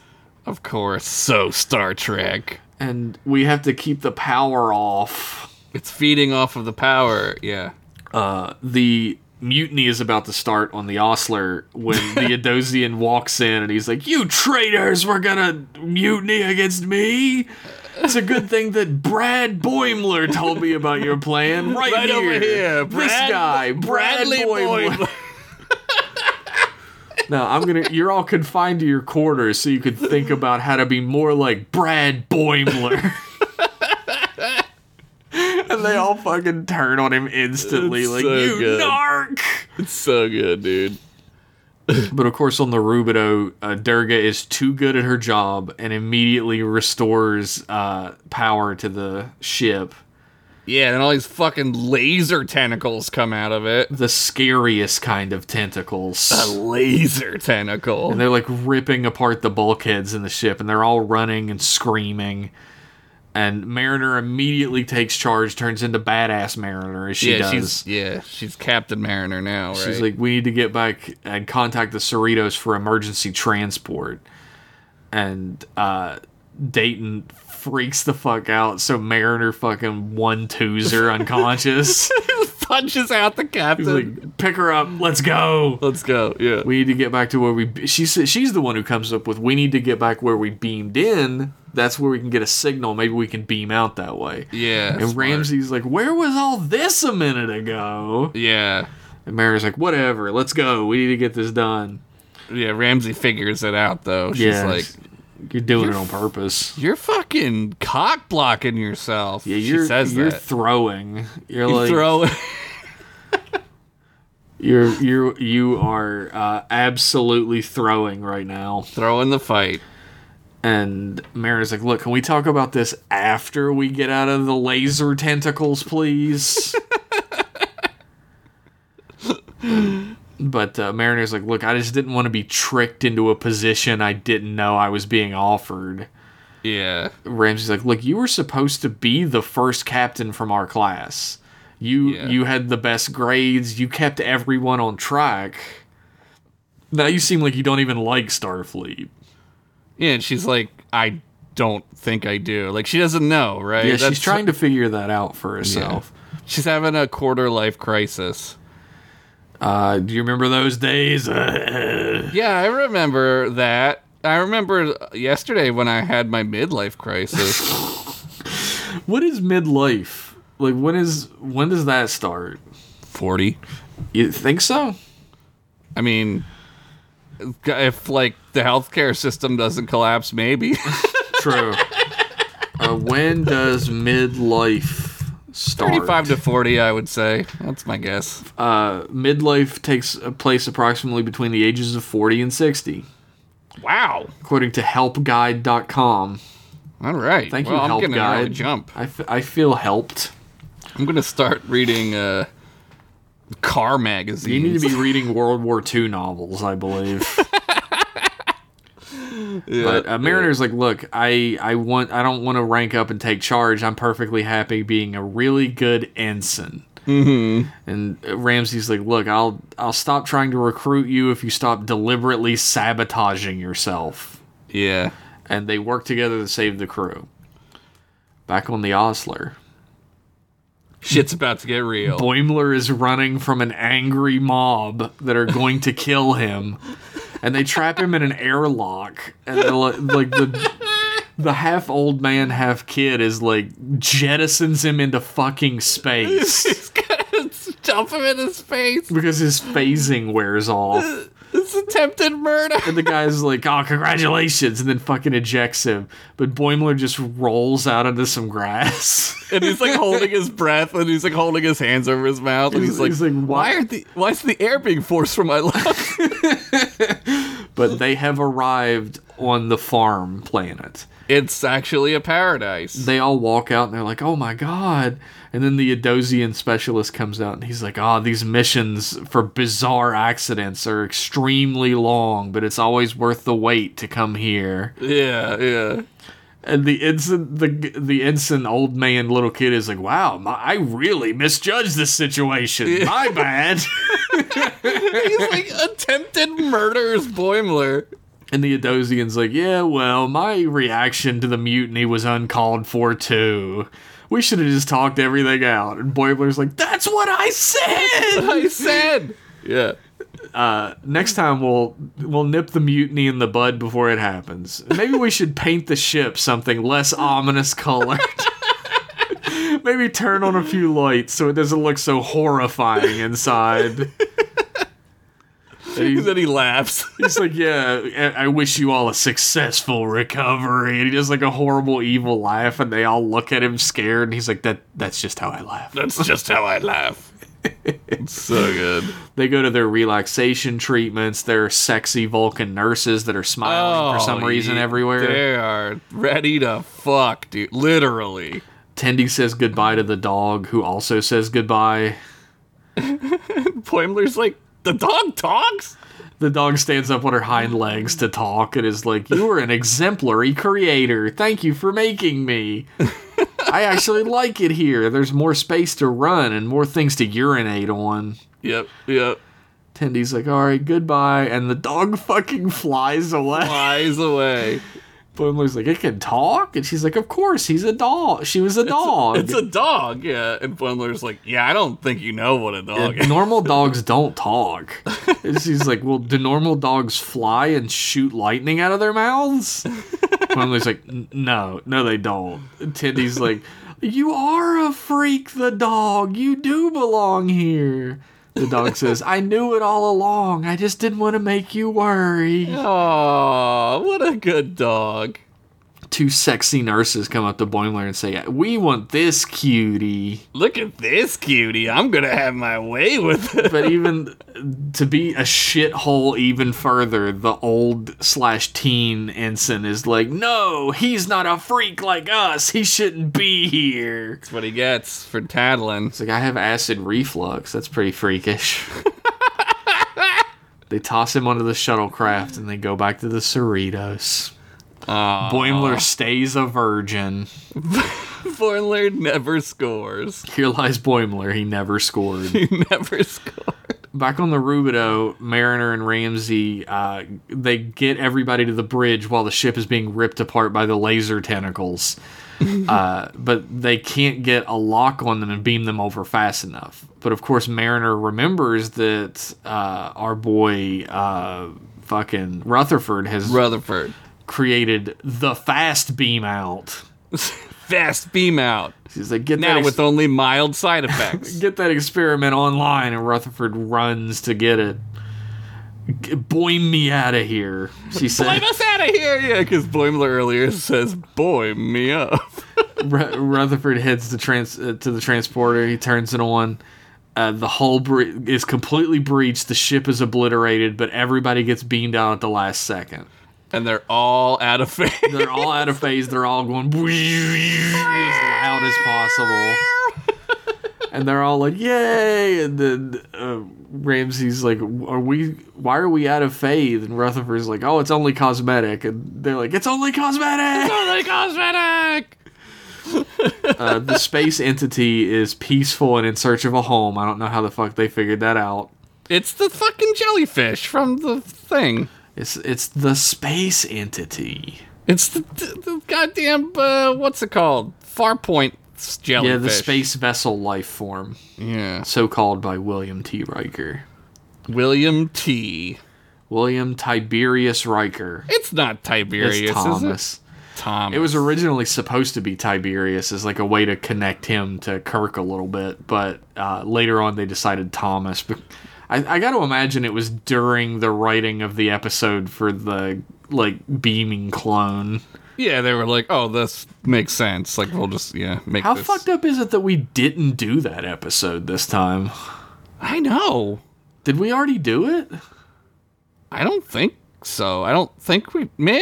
[SPEAKER 2] Of course, so Star Trek.
[SPEAKER 1] And we have to keep the power off.
[SPEAKER 2] It's feeding off of the power. Yeah.
[SPEAKER 1] uh, the mutiny is about to start on the Ostler when the Adosian walks in and he's like, "You traitors! We're gonna mutiny against me." It's a good thing that Brad Boimler told me about your plan right,
[SPEAKER 2] Right
[SPEAKER 1] here.
[SPEAKER 2] over here,
[SPEAKER 1] this
[SPEAKER 2] Brad-
[SPEAKER 1] guy, Brad Boimler. No, I'm gonna. You're all confined to your quarters, so you could think about how to be more like Brad Boimler. and they all fucking turn on him instantly,
[SPEAKER 2] It's
[SPEAKER 1] like
[SPEAKER 2] so
[SPEAKER 1] you
[SPEAKER 2] good.
[SPEAKER 1] narc.
[SPEAKER 2] It's so good, dude.
[SPEAKER 1] But of course, on the Rubido, uh, Durga is too good at her job and immediately restores uh, power to the ship.
[SPEAKER 2] Yeah, and all these fucking laser tentacles come out of it.
[SPEAKER 1] The scariest kind of tentacles.
[SPEAKER 2] A laser
[SPEAKER 1] And
[SPEAKER 2] tentacle.
[SPEAKER 1] they're like ripping apart the bulkheads in the ship, and they're all running and screaming. And Mariner immediately takes charge, turns into badass Mariner as she
[SPEAKER 2] yeah,
[SPEAKER 1] does.
[SPEAKER 2] she's yeah, she's Captain Mariner now, right?
[SPEAKER 1] She's like, we need to get back and contact the Cerritos for emergency transport. And uh, Dayton freaks the fuck out, so Mariner fucking one twos her unconscious.
[SPEAKER 2] punches out the
[SPEAKER 1] He's
[SPEAKER 2] captain.
[SPEAKER 1] like, pick her up, let's go.
[SPEAKER 2] Let's go. Yeah.
[SPEAKER 1] We need to get back to where we. Be- she says she's the one who comes up with. We need to get back where we beamed in. That's where we can get a signal. Maybe we can beam out that way.
[SPEAKER 2] yeah.
[SPEAKER 1] And
[SPEAKER 2] smart.
[SPEAKER 1] Ramsey's like, "Where was all this a minute ago?"
[SPEAKER 2] Yeah.
[SPEAKER 1] And Mariner's like, "Whatever, let's go. We need to get this done."
[SPEAKER 2] Yeah, Ramsey figures it out though. She's like,
[SPEAKER 1] you're doing it on purpose.
[SPEAKER 2] "You're fucking cock blocking yourself."
[SPEAKER 1] Yeah, you're,
[SPEAKER 2] she says
[SPEAKER 1] you're
[SPEAKER 2] that.
[SPEAKER 1] throwing. You're
[SPEAKER 2] You
[SPEAKER 1] like
[SPEAKER 2] throw
[SPEAKER 1] you're you're you are uh, absolutely throwing right now.
[SPEAKER 2] throw in the fight.
[SPEAKER 1] And Mara's like, look, can we talk about this after we get out of the laser tentacles, please? but uh, Mariner's like, look, I just didn't want to be tricked into a position I didn't know I was being offered.
[SPEAKER 2] Yeah.
[SPEAKER 1] Ramsey's like, look, you were supposed to be the first captain from our class. You
[SPEAKER 2] Yeah.
[SPEAKER 1] you had the best grades. You kept everyone on track. Now you seem like you don't even like Starfleet.
[SPEAKER 2] Yeah, and she's like, "I don't think I do." Like she doesn't know, right?
[SPEAKER 1] Yeah,
[SPEAKER 2] That's-
[SPEAKER 1] she's trying to figure that out for herself.
[SPEAKER 2] She's having a quarter life crisis.
[SPEAKER 1] Uh, do you remember those days?
[SPEAKER 2] Yeah, I remember that. I remember yesterday when I had my midlife crisis.
[SPEAKER 1] what is midlife? Like when is when does that start?
[SPEAKER 2] 40.
[SPEAKER 1] You think so?
[SPEAKER 2] I mean, if like the healthcare system doesn't collapse, maybe.
[SPEAKER 1] True. uh, when does midlife start?
[SPEAKER 2] 35 to 40, I would say. That's my guess.
[SPEAKER 1] Uh, midlife takes place approximately between the ages of 40 and 60,
[SPEAKER 2] Wow.
[SPEAKER 1] according to helpguide.com.
[SPEAKER 2] All right.
[SPEAKER 1] Thank
[SPEAKER 2] well,
[SPEAKER 1] you,
[SPEAKER 2] I'm
[SPEAKER 1] Help
[SPEAKER 2] getting an early
[SPEAKER 1] Guide.
[SPEAKER 2] jump.
[SPEAKER 1] I, f- I feel helped.
[SPEAKER 2] I'm going to start reading uh, car magazines.
[SPEAKER 1] You need to be reading World War II novels, I believe. But uh, Mariner's like, look, I, I want I don't want to rank up and take charge. I'm perfectly happy being a really good ensign. Mm-hmm. And uh, Ramsey's like, look, I'll I'll stop trying to recruit you if you stop deliberately sabotaging yourself.
[SPEAKER 2] Yeah.
[SPEAKER 1] And they work together to save the crew. Back on the Osler,
[SPEAKER 2] Shit's about to get real.
[SPEAKER 1] Boimler is running from an angry mob that are going to kill him, and they trap him in an airlock. And they're like, like the the half old man, half kid is like jettisons him into fucking space
[SPEAKER 2] He's gonna dump him in his face.
[SPEAKER 1] because his phasing wears off.
[SPEAKER 2] It's attempted murder.
[SPEAKER 1] And the guy's like, oh, congratulations, and then fucking ejects him. But Boimler just rolls out into some grass.
[SPEAKER 2] and he's like holding his breath and he's like holding his hands over his mouth and he's,
[SPEAKER 1] He's-
[SPEAKER 2] like,
[SPEAKER 1] he's like,
[SPEAKER 2] why
[SPEAKER 1] "Why-"
[SPEAKER 2] are the why is the air being forced from my lungs
[SPEAKER 1] but they have arrived on the farm planet.
[SPEAKER 2] it's actually a paradise
[SPEAKER 1] They all walk out and they're like, oh my god. And then the Adosian specialist comes out and he's like, oh, these missions for bizarre accidents are extremely long, but it's always worth the wait to come here.
[SPEAKER 2] yeah yeah
[SPEAKER 1] And the ensign, the the ensign old man little kid is like, wow, my, I really misjudged this situation. My bad.
[SPEAKER 2] he's like attempted murders boimler
[SPEAKER 1] And the Adosian's like, yeah, well, my reaction to the mutiny was uncalled for too. We should have just talked everything out. And Boimler's like, that's what I said.
[SPEAKER 2] i said yeah
[SPEAKER 1] Next time we'll we'll nip the mutiny in the bud before it happens. Maybe we should paint the ship something less ominous colored. Maybe turn on a few lights so it doesn't look so horrifying inside. And he's-
[SPEAKER 2] then he laughs
[SPEAKER 1] He's like, yeah, I I wish you all a successful recovery. And he does like a horrible, evil laugh, and they all look at him scared. And he's like, that that's just how I laugh.
[SPEAKER 2] that's just how i laugh it's so good
[SPEAKER 1] They go to their relaxation treatments. There are sexy Vulcan nurses that are smiling for some reason
[SPEAKER 2] yeah,
[SPEAKER 1] everywhere.
[SPEAKER 2] they are ready to fuck dude literally
[SPEAKER 1] Tendy says goodbye to the dog, who also says goodbye.
[SPEAKER 2] boimler's like the dog talks
[SPEAKER 1] The dog stands up on her hind legs to talk and is like, You are an exemplary creator. Thank you for making me. I actually like it here. There's more space to run and more things to urinate on.
[SPEAKER 2] yep yep
[SPEAKER 1] Tendy's like, All right, goodbye. And the dog fucking flies away.
[SPEAKER 2] flies away
[SPEAKER 1] Boimler's like, It can talk? And she's like, Of course, he's a dog. She was a dog.
[SPEAKER 2] It's a dog, yeah. And Bundler's like, yeah, I don't think you know what a dog
[SPEAKER 1] Yeah,
[SPEAKER 2] is.
[SPEAKER 1] normal dogs don't talk. And She's like, well, do normal dogs fly and shoot lightning out of their mouths? Plumlee's like, "N- no, no, they don't. Tendy's like, you are a freak, the dog. You do belong here. The dog says, I knew it all along. I just didn't want to make you worry.
[SPEAKER 2] Aw, what a good dog.
[SPEAKER 1] Two sexy nurses come up to Boimler and say, We want this cutie.
[SPEAKER 2] Look at this cutie. I'm gonna have my way with it.
[SPEAKER 1] but even to be a shithole even further, the old slash teen ensign is like, no, he's not a freak like us. He shouldn't be here.
[SPEAKER 2] That's what he gets for tattling.
[SPEAKER 1] It's like I have acid reflux. That's pretty freakish. they toss him onto the shuttlecraft and they go back to the Cerritos. Boimler stays a virgin.
[SPEAKER 2] Bundler never scores.
[SPEAKER 1] Here lies Boimler. He never scored.
[SPEAKER 2] He never scores.
[SPEAKER 1] back on the Rubido, Mariner and Ramsey, uh, they get everybody to the bridge while the ship is being ripped apart by the laser tentacles. uh, but they can't get a lock on them and beam them over fast enough. But of course, Mariner remembers that uh, our boy uh, fucking Rutherford has
[SPEAKER 2] Rutherford.
[SPEAKER 1] created the fast beam out.
[SPEAKER 2] Fast beam out.
[SPEAKER 1] She's like, get
[SPEAKER 2] Now
[SPEAKER 1] that ex-
[SPEAKER 2] with only mild side effects.
[SPEAKER 1] get that experiment online and Rutherford runs to get it. G- Boim me out of here, she
[SPEAKER 2] Get
[SPEAKER 1] said.
[SPEAKER 2] us out of here! Yeah, because Boimler earlier says, boy, me up.
[SPEAKER 1] Ru- Rutherford heads to trans uh, to the transporter. He turns it on. Uh, the hull bre- is completely breached. The ship is obliterated, but everybody gets beamed out at the last second.
[SPEAKER 2] And they're all out of phase.
[SPEAKER 1] They're all out of phase. They're all going as loud as possible. And they're all like, "Yay!" And then uh, Ramsey's like, "Are we? Why are we out of phase?" And Rutherford's like, "Oh, it's only cosmetic." And they're like, "It's only cosmetic."
[SPEAKER 2] Totally cosmetic!
[SPEAKER 1] Uh, the space entity is peaceful and in search of a home. I don't know how the fuck they figured that out.
[SPEAKER 2] It's the fucking jellyfish from the thing.
[SPEAKER 1] It's it's the space entity.
[SPEAKER 2] It's the, the, the goddamn uh, what's it called? Farpoint s- jellyfish.
[SPEAKER 1] Yeah, the space vessel life form,
[SPEAKER 2] Yeah,
[SPEAKER 1] so called by William T. Riker.
[SPEAKER 2] William T.
[SPEAKER 1] William Tiberius Riker.
[SPEAKER 2] It's not Tiberius,
[SPEAKER 1] It's
[SPEAKER 2] is it?
[SPEAKER 1] Thomas.
[SPEAKER 2] Thomas.
[SPEAKER 1] It was originally supposed to be Tiberius as like a way to connect him to Kirk a little bit, but uh, later on they decided Thomas. But I, I got to imagine it was during the writing of the episode for the like beaming clone.
[SPEAKER 2] yeah, they were like, oh, this makes sense. Like we'll just yeah make
[SPEAKER 1] How
[SPEAKER 2] this.
[SPEAKER 1] fucked up is it that we didn't do that episode this time?
[SPEAKER 2] I know.
[SPEAKER 1] Did we already do it?
[SPEAKER 2] I don't think so. I don't think we man.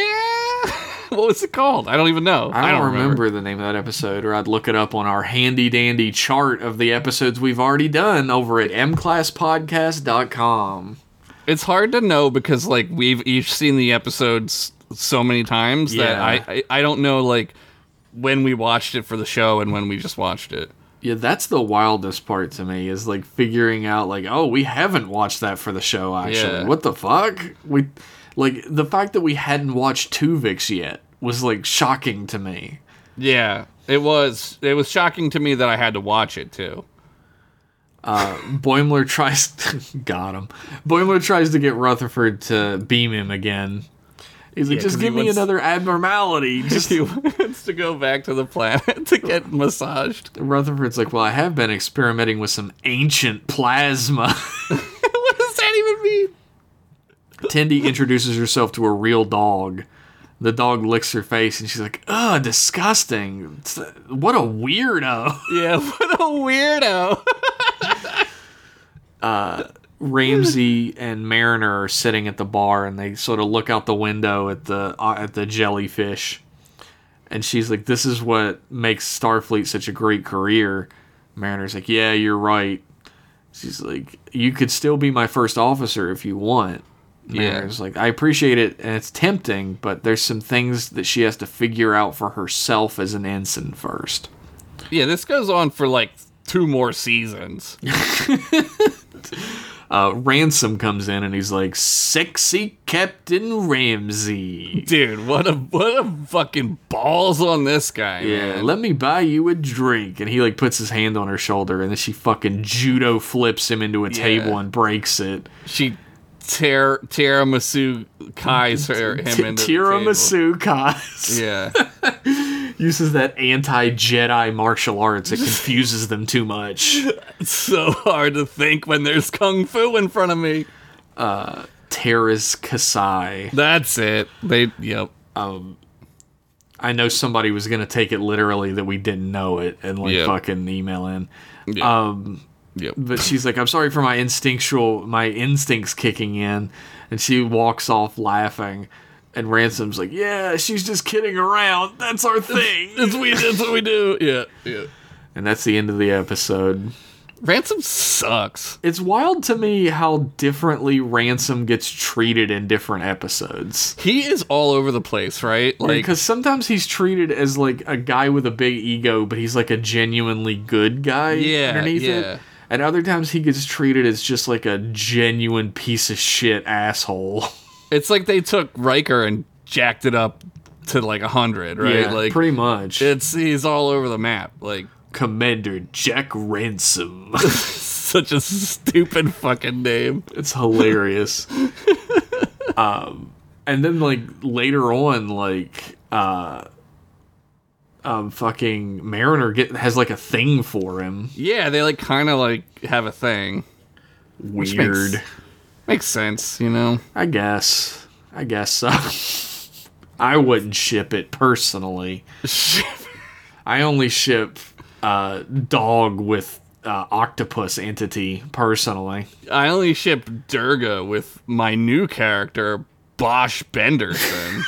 [SPEAKER 2] what was it called? I don't even know.
[SPEAKER 1] I don't, remember. the name of that episode, or I'd look it up on our handy dandy chart of the episodes we've already done over at mclasspodcast.com.
[SPEAKER 2] It's hard to know because like we've each seen the episodes so many times that
[SPEAKER 1] Yeah.
[SPEAKER 2] I, I I don't know like when we watched it for the show and when we just watched it.
[SPEAKER 1] Yeah, that's the wildest part to me is like figuring out like, oh, we haven't watched that for the show actually.
[SPEAKER 2] Yeah.
[SPEAKER 1] What the fuck? We like the fact that we hadn't watched Two Vix yet was like shocking to me.
[SPEAKER 2] Yeah, it was it was shocking to me that I had to watch it too.
[SPEAKER 1] Boimler tries got him. Boimler tries to get Rutherford to beam him again. He's like,
[SPEAKER 2] Yeah,
[SPEAKER 1] just
[SPEAKER 2] 'cause
[SPEAKER 1] give
[SPEAKER 2] he
[SPEAKER 1] me
[SPEAKER 2] wants-
[SPEAKER 1] another abnormality. Just
[SPEAKER 2] He wants to go back to the planet to get massaged.
[SPEAKER 1] Rutherford's like, well, I have been experimenting with some ancient plasma.
[SPEAKER 2] what does that even mean?
[SPEAKER 1] Tindy introduces herself to a real dog. The dog licks her face, and she's like, "Ugh, disgusting! It's- What a weirdo!"
[SPEAKER 2] Yeah, what a weirdo.
[SPEAKER 1] Ramsey and Mariner are sitting at the bar, and they sort of look out the window at the uh, at the jellyfish. And she's like, "This is what makes Starfleet such a great career." Mariner's like, "Yeah, you're right." She's like, "You could still be my first officer if you want." Mariner's like, "I appreciate it, and it's tempting, but there's some things that she has to figure out for herself as an ensign first.
[SPEAKER 2] Yeah, this goes on for like two more seasons.
[SPEAKER 1] Uh, Ransom comes in and he's like, "Sexy Captain Ramsey."
[SPEAKER 2] Dude, what a what a fucking balls on this guy.
[SPEAKER 1] Yeah,
[SPEAKER 2] man.
[SPEAKER 1] let me buy you a drink. And he like puts his hand on her shoulder, and then she fucking judo flips him into a table and breaks it.
[SPEAKER 2] She tear tiramisu kais her him
[SPEAKER 1] T-
[SPEAKER 2] into the
[SPEAKER 1] Tiramisu
[SPEAKER 2] table.
[SPEAKER 1] Kaz
[SPEAKER 2] Yeah.
[SPEAKER 1] uses that anti Jedi martial arts. It confuses them too much.
[SPEAKER 2] It's so hard to think when there's kung fu in front of me.
[SPEAKER 1] Terrace Kasai.
[SPEAKER 2] That's it. They yep.
[SPEAKER 1] I know somebody was gonna take it literally that we didn't know it and like
[SPEAKER 2] Yeah.
[SPEAKER 1] fucking email in. Um,
[SPEAKER 2] Yep.
[SPEAKER 1] but she's like, "I'm sorry for my instinctual, my instincts kicking in," and she walks off laughing. And Ransom's like, "Yeah, she's just kidding around. That's our thing."
[SPEAKER 2] That's we that's what we do. Yeah. Yeah.
[SPEAKER 1] and that's the end of the episode.
[SPEAKER 2] Ransom sucks.
[SPEAKER 1] It's wild to me how differently Ransom gets treated in different episodes.
[SPEAKER 2] He is all over the place, right? Like
[SPEAKER 1] Because sometimes he's treated as like a guy with a big ego, but he's like a genuinely good guy
[SPEAKER 2] Yeah,
[SPEAKER 1] underneath
[SPEAKER 2] yeah.
[SPEAKER 1] it. And other times he gets treated as just like a genuine piece of shit asshole.
[SPEAKER 2] it's like they took Riker and jacked it up to like a hundred, right?
[SPEAKER 1] Yeah,
[SPEAKER 2] like
[SPEAKER 1] pretty much.
[SPEAKER 2] it's he's all over the map. Like
[SPEAKER 1] Commander Jack Ransom.
[SPEAKER 2] such a stupid fucking name.
[SPEAKER 1] it's hilarious. um, and then like later on, like uh, um, fucking Mariner get has like a thing for him.
[SPEAKER 2] Yeah, they like kind of like have a thing.
[SPEAKER 1] Weird.
[SPEAKER 2] makes- Makes sense, you know.
[SPEAKER 1] I guess. I guess so. I wouldn't ship it personally. I only ship uh, dog with uh, octopus entity personally.
[SPEAKER 2] I only ship Durga with my new character Bosch Benderson.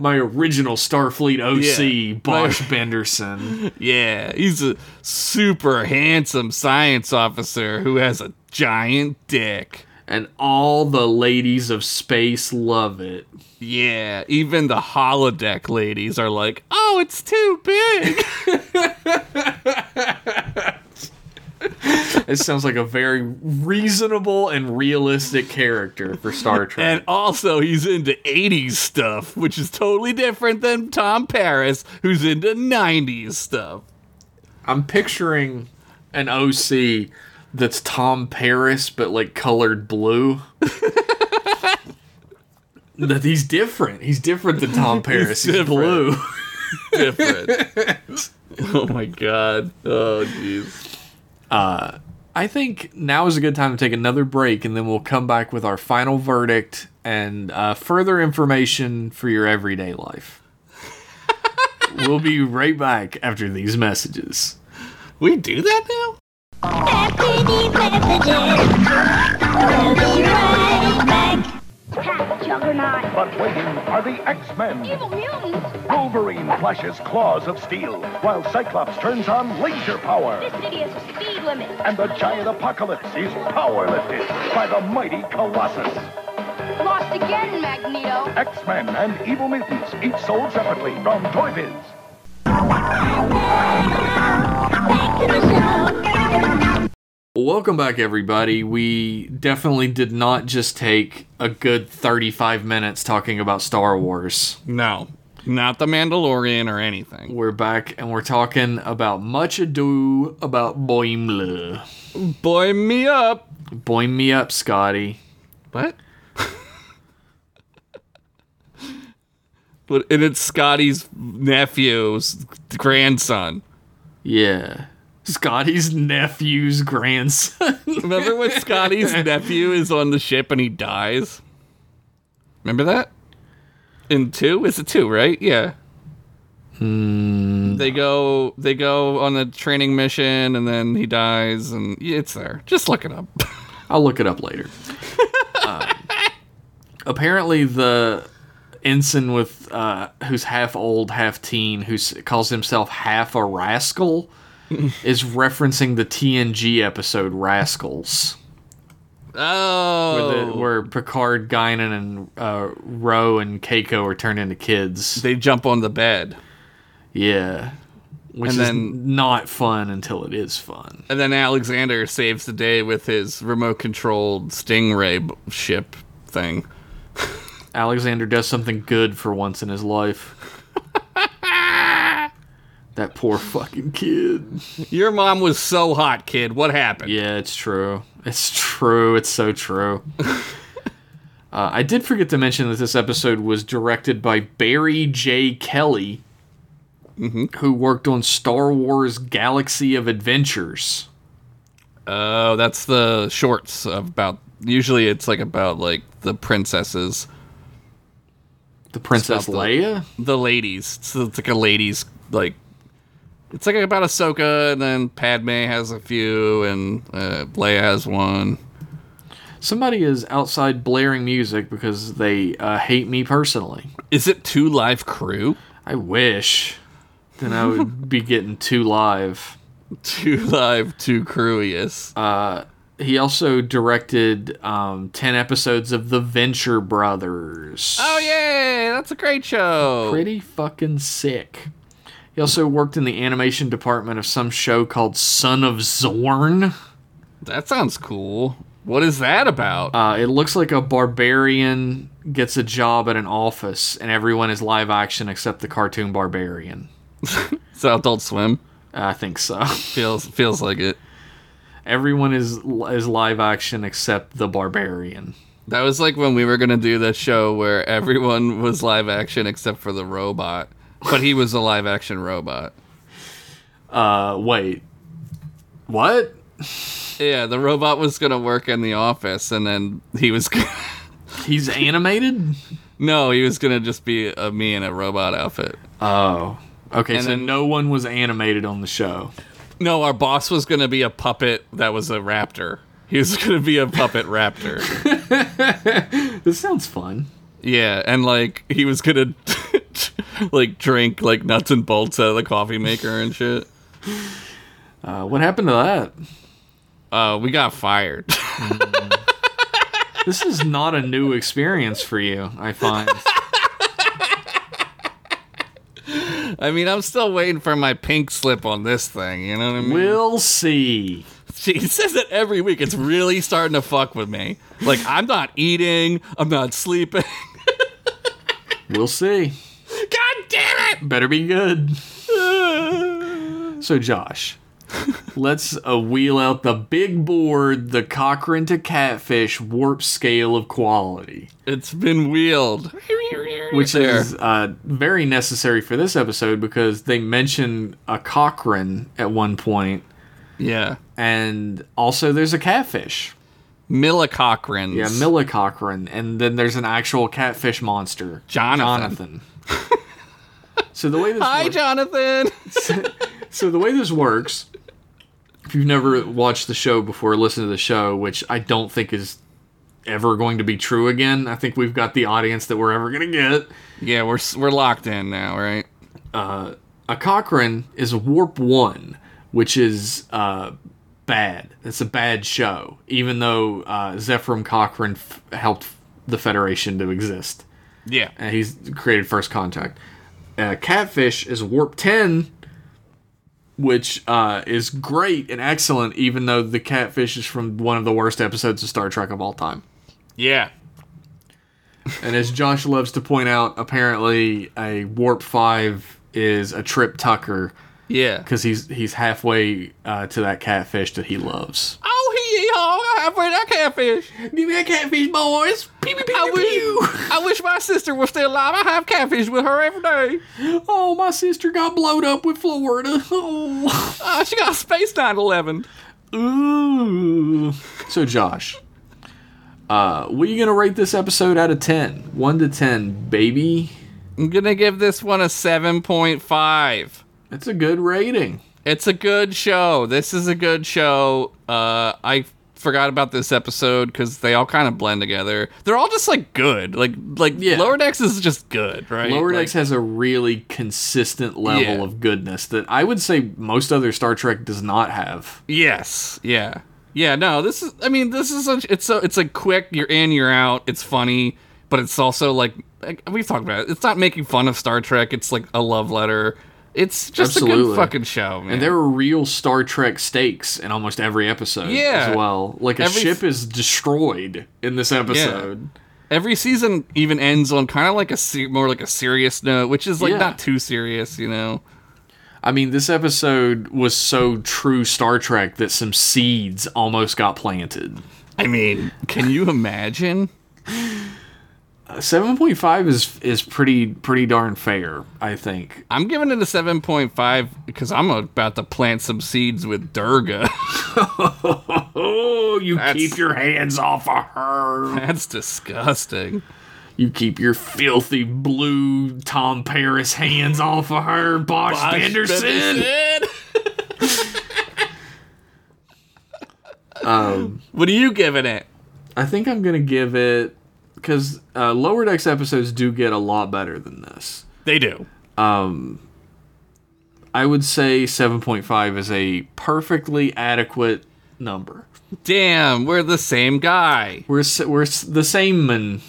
[SPEAKER 1] my original Starfleet OC,
[SPEAKER 2] Yeah.
[SPEAKER 1] Bosch Benderson.
[SPEAKER 2] yeah, he's a super handsome science officer who has a giant dick.
[SPEAKER 1] And all the ladies of space love it.
[SPEAKER 2] Yeah, even the holodeck ladies are like, "Oh, it's too big."
[SPEAKER 1] It sounds like a very reasonable and realistic character for Star Trek.
[SPEAKER 2] and also, he's into 80s stuff, which is totally different than Tom Paris, who's into 90s stuff.
[SPEAKER 1] I'm picturing an OC that's Tom Paris, but like colored blue. That he's different. He's different than Tom Paris. He's,
[SPEAKER 2] different.
[SPEAKER 1] blue.
[SPEAKER 2] Different. oh my god. Oh jeez.
[SPEAKER 1] I think now is a good time to take another break, and then we'll come back with our final verdict and uh, further information for your everyday life. we'll be right back after these messages.
[SPEAKER 2] We do that now?
[SPEAKER 5] After these messages, we'll be right back. Juggernaut.
[SPEAKER 3] But waiting are the X-Men.
[SPEAKER 5] Evil mutants.
[SPEAKER 3] Wolverine flashes claws of steel, while Cyclops turns on laser power.
[SPEAKER 5] This city has a speed limit.
[SPEAKER 3] And the giant apocalypse is powerlifted by the mighty Colossus.
[SPEAKER 5] Lost again, Magneto.
[SPEAKER 3] X-Men and Evil Mutants, each sold separately from Toy Biz.
[SPEAKER 5] Back to the show.
[SPEAKER 1] Welcome back, everybody. We definitely did not just take a good 35 minutes talking about Star Wars.
[SPEAKER 2] No. Not the Mandalorian or anything.
[SPEAKER 1] We're back and we're talking about Much Ado About Boimler.
[SPEAKER 2] Boy me up.
[SPEAKER 1] Boim me up, Scotty.
[SPEAKER 2] What? but and it's Scotty's nephew's grandson.
[SPEAKER 1] Yeah. Scotty's nephew's grandson.
[SPEAKER 2] Remember when Scotty's nephew is on the ship and he dies? Remember that? In two? Is it two, right? Yeah. They go they go on a training mission and then he dies and it's there. Just look it up.
[SPEAKER 1] I'll look it up later. Um, apparently, the ensign with uh, who's half old, half teen, who calls himself half a rascal, is referencing the TNG episode "Rascals," where,
[SPEAKER 2] oh
[SPEAKER 1] the, where Picard, Guinan, and uh, Ro and Keiko are turned into kids.
[SPEAKER 2] they jump on the bed.
[SPEAKER 1] Yeah, which
[SPEAKER 2] And
[SPEAKER 1] is
[SPEAKER 2] then-
[SPEAKER 1] not fun until it is fun.
[SPEAKER 2] And then Alexander saves the day with his remote controlled stingray b- ship thing.
[SPEAKER 1] Alexander does something good for once in his life. that poor fucking kid.
[SPEAKER 2] Your mom was so hot, kid. What happened?
[SPEAKER 1] Yeah, it's true. It's true. It's so true. uh, I did forget to mention that this episode was directed by Barry J. Kelly, who worked on Star Wars Galaxy of Adventures.
[SPEAKER 2] Oh, that's the shorts about. Usually, it's like about like the princesses,
[SPEAKER 1] The Princess
[SPEAKER 2] Stop that.
[SPEAKER 1] Leia?
[SPEAKER 2] the ladies. So it's like a ladies like. It's like about Ahsoka, and then Padme has a few, and uh, Leia has one.
[SPEAKER 1] Somebody is outside blaring music because they uh, hate me personally.
[SPEAKER 2] Is it two live crew?
[SPEAKER 1] I wish. Then I would be getting two live.
[SPEAKER 2] Two live, two crewiest.
[SPEAKER 1] He also directed um, 10 episodes of The Venture Brothers.
[SPEAKER 2] oh yay! That's a great show.
[SPEAKER 1] Pretty fucking sick. He also worked in the animation department of some show called Son of Zorn.
[SPEAKER 2] That sounds cool. What is that about?
[SPEAKER 1] Uh, it looks like a barbarian gets a job at an office and everyone is live action except the cartoon barbarian.
[SPEAKER 2] so Adult Swim
[SPEAKER 1] I think so.
[SPEAKER 2] feels feels like it.
[SPEAKER 1] everyone is is live action except the barbarian.
[SPEAKER 2] That was like when we were gonna do that show where everyone was live action except for the robot, but he was a live action robot.
[SPEAKER 1] Uh, wait. What?
[SPEAKER 2] Yeah, the robot was gonna work in the office, and then he was gonna,
[SPEAKER 1] He's animated?
[SPEAKER 2] no, he was gonna just be a me in a robot outfit.
[SPEAKER 1] Oh. Okay,
[SPEAKER 2] And
[SPEAKER 1] so
[SPEAKER 2] then-
[SPEAKER 1] no one was animated on the show.
[SPEAKER 2] No, our boss was gonna be a puppet that was a raptor. He was gonna be a puppet raptor.
[SPEAKER 1] This sounds fun.
[SPEAKER 2] Yeah, and like he was gonna like drink like nuts and bolts out of the coffee maker and shit.
[SPEAKER 1] Uh, what happened to that?
[SPEAKER 2] Uh, we got fired.
[SPEAKER 1] This is not a new experience for you, I find.
[SPEAKER 2] I mean, I'm still waiting for my pink slip on this thing. You know what I mean?
[SPEAKER 1] We'll see.
[SPEAKER 2] She says it every week. It's really starting to fuck with me. Like I'm not eating. I'm not sleeping.
[SPEAKER 1] We'll see.
[SPEAKER 2] God damn it!
[SPEAKER 1] Better be good. So, Josh, Let's uh, wheel out the big board, the Cochrane to Catfish warp scale of quality,
[SPEAKER 2] It's been wheeled.
[SPEAKER 1] which
[SPEAKER 2] There.
[SPEAKER 1] is uh, very necessary for this episode because they mention a Cochrane at one point,
[SPEAKER 2] Yeah.
[SPEAKER 1] and also there's a catfish.
[SPEAKER 2] Milla Cochran's.
[SPEAKER 1] Yeah, Milla Cochrane, and then there's an actual catfish monster,
[SPEAKER 2] Jonathan.
[SPEAKER 1] Jonathan. so the way this
[SPEAKER 2] Hi,
[SPEAKER 1] works-
[SPEAKER 2] Jonathan.
[SPEAKER 1] So the way this works, if you've never watched the show before, listen to the show, which I don't think is ever going to be true again. I think we've got the audience that we're ever going to get.
[SPEAKER 2] yeah, we're s- we're locked in now, right?
[SPEAKER 1] A Cochrane is Warp One, which is uh, bad. It's a bad show, even though uh, Zephram Cochrane f- helped the Federation to exist.
[SPEAKER 2] Yeah.
[SPEAKER 1] and he's created first contact. Uh, Catfish is warp ten, which uh, is great and excellent, even though the catfish is from one of the worst episodes of Star Trek of all time.
[SPEAKER 2] Yeah.
[SPEAKER 1] And as Josh loves to point out, apparently a warp five is a trip Tucker
[SPEAKER 2] Yeah.
[SPEAKER 1] because he's he's halfway uh, to that catfish that he loves.
[SPEAKER 2] Oh, he oh, I where that catfish.
[SPEAKER 1] Give me that catfish, boys! Pew, pew, pew,
[SPEAKER 2] I
[SPEAKER 1] pew.
[SPEAKER 2] wish, I wish my sister was still alive. I have catfish with her every day.
[SPEAKER 1] Oh, my sister got blowed up with Florida. Oh.
[SPEAKER 2] Oh, she got space 911.
[SPEAKER 1] Ooh. So, Josh, uh, what are you going to rate this episode out of 10? 1 to 10, baby.
[SPEAKER 2] I'm gonna give this one a 7.5.
[SPEAKER 1] That's a good rating.
[SPEAKER 2] It's a good show. This is a good show. Uh, I forgot about this episode because they all kind of blend together. They're all just like good. Like like
[SPEAKER 1] Yeah.
[SPEAKER 2] Lower Decks is just good, right?
[SPEAKER 1] Lower
[SPEAKER 2] Like,
[SPEAKER 1] Decks has a really consistent level
[SPEAKER 2] Yeah.
[SPEAKER 1] of goodness that I would say most other Star Trek does not have.
[SPEAKER 2] Yes. Yeah. Yeah. No. This is. I mean, this is. Such, it's so. It's like quick. You're in. You're out. It's funny, but it's also like, like we've talked about. It. It's not making fun of Star Trek. It's like a love letter. It's just a
[SPEAKER 1] Absolutely.
[SPEAKER 2] good fucking show, man.
[SPEAKER 1] And there are real Star Trek stakes in almost every episode
[SPEAKER 2] Yeah.
[SPEAKER 1] as well. Like a
[SPEAKER 2] Every-
[SPEAKER 1] ship is destroyed in this episode.
[SPEAKER 2] every season even ends on kind of like a se- more like a serious note, which is like
[SPEAKER 1] Yeah.
[SPEAKER 2] not too serious, you know.
[SPEAKER 1] I mean, this episode was so true Star Trek that some seeds almost got planted.
[SPEAKER 2] I mean, can you imagine?
[SPEAKER 1] Seven point five is is pretty pretty darn fair, I think.
[SPEAKER 2] I'm giving it a 7.5 because I'm about to plant some seeds with Durga.
[SPEAKER 1] Oh, you
[SPEAKER 2] That's-
[SPEAKER 1] keep your hands off of her.
[SPEAKER 2] That's disgusting.
[SPEAKER 1] You keep your filthy blue Tom Paris hands off of her, Bosch, Anderson.
[SPEAKER 2] what are you giving it?
[SPEAKER 1] I think I'm gonna give it because uh, lower decks episodes do get a lot better than this.
[SPEAKER 2] They do.
[SPEAKER 1] I would say seven point five is a perfectly adequate number.
[SPEAKER 2] Damn, we're the same guy.
[SPEAKER 1] We're s- we're s- the same man.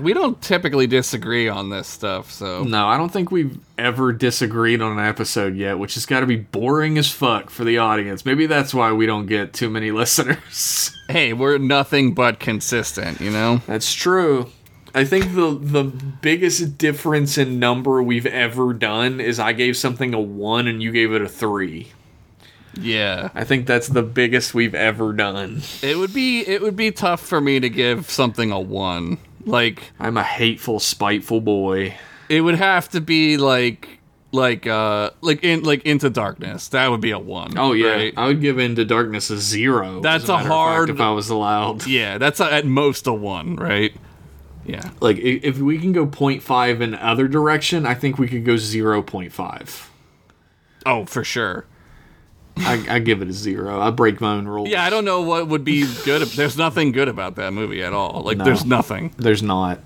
[SPEAKER 2] We don't typically disagree on this stuff, so
[SPEAKER 1] No, I don't think we've ever disagreed on an episode yet, which has got to be boring as fuck for the audience. Maybe that's why we don't get too many listeners.
[SPEAKER 2] hey, we're nothing but consistent, you know?
[SPEAKER 1] That's true. I think the the biggest difference in number we've ever done is I gave something a 1 and you gave it a 3.
[SPEAKER 2] Yeah.
[SPEAKER 1] I think that's the biggest we've ever done.
[SPEAKER 2] It would be it would be tough for me to give something a 1. Like
[SPEAKER 1] I'm a hateful, spiteful boy.
[SPEAKER 2] it would have to be like like uh like in like into darkness. That would be a 1.
[SPEAKER 1] Oh yeah,
[SPEAKER 2] right?
[SPEAKER 1] I would give Into Darkness a 0. as
[SPEAKER 2] That's a
[SPEAKER 1] matter of fact,
[SPEAKER 2] hard-
[SPEAKER 1] if I was allowed.
[SPEAKER 2] Yeah, that's a, at most a 1, right? Yeah.
[SPEAKER 1] like i- if we can go 0.5 in other direction i think we could go 0.5
[SPEAKER 2] Oh, for sure.
[SPEAKER 1] I, I give it a zero i break my own rules
[SPEAKER 2] Yeah, I don't know what would be good. There's nothing good about that movie at all. Like, there's nothing.
[SPEAKER 1] there's not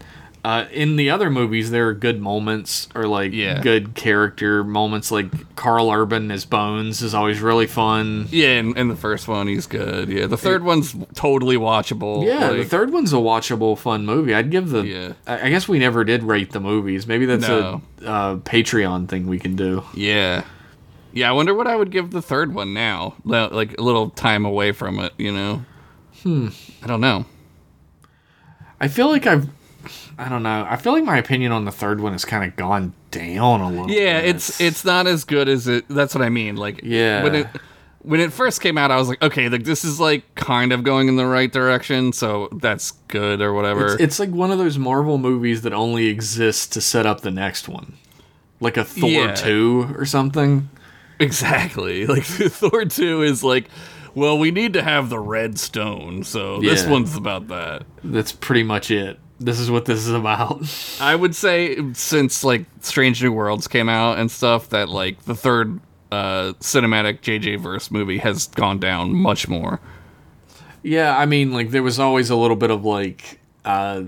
[SPEAKER 1] uh, in the other movies there are good moments or like
[SPEAKER 2] Yeah.
[SPEAKER 1] good character moments like carl urban as bones is always really fun
[SPEAKER 2] Yeah, and, and the first one, he's good. Yeah, the third one's totally watchable.
[SPEAKER 1] yeah the
[SPEAKER 2] like-
[SPEAKER 1] third one's a watchable fun movie i'd give the
[SPEAKER 2] Yeah.
[SPEAKER 1] I, I guess we never did rate the movies maybe that's
[SPEAKER 2] No.
[SPEAKER 1] a uh, patreon thing we can do
[SPEAKER 2] Yeah. Yeah, I wonder what I would give the third one now. Li- Like a little time away from it, you know? Hmm. I don't know.
[SPEAKER 1] I feel like I've I don't know. I feel like my opinion on the third one has kind of gone down a little.
[SPEAKER 2] Yeah,
[SPEAKER 1] bit.
[SPEAKER 2] it's it's not as good as it. That's what I mean. Like,
[SPEAKER 1] Yeah.
[SPEAKER 2] when it when it first came out, I was like, okay, like this is like kind of going in the right direction, so that's good or whatever.
[SPEAKER 1] It's, it's like one of those Marvel movies that only exists to set up the next one, like a Thor
[SPEAKER 2] Yeah.
[SPEAKER 1] two or something.
[SPEAKER 2] exactly like Thor two is like, well, we need to have the red stone, so this
[SPEAKER 1] Yeah.
[SPEAKER 2] one's about that.
[SPEAKER 1] That's pretty much it. This is what this is about.
[SPEAKER 2] I would say since like Strange New Worlds came out and stuff, that like the third uh cinematic JJ verse movie has gone down much more.
[SPEAKER 1] yeah, I mean, like there was always a little bit of like, uh,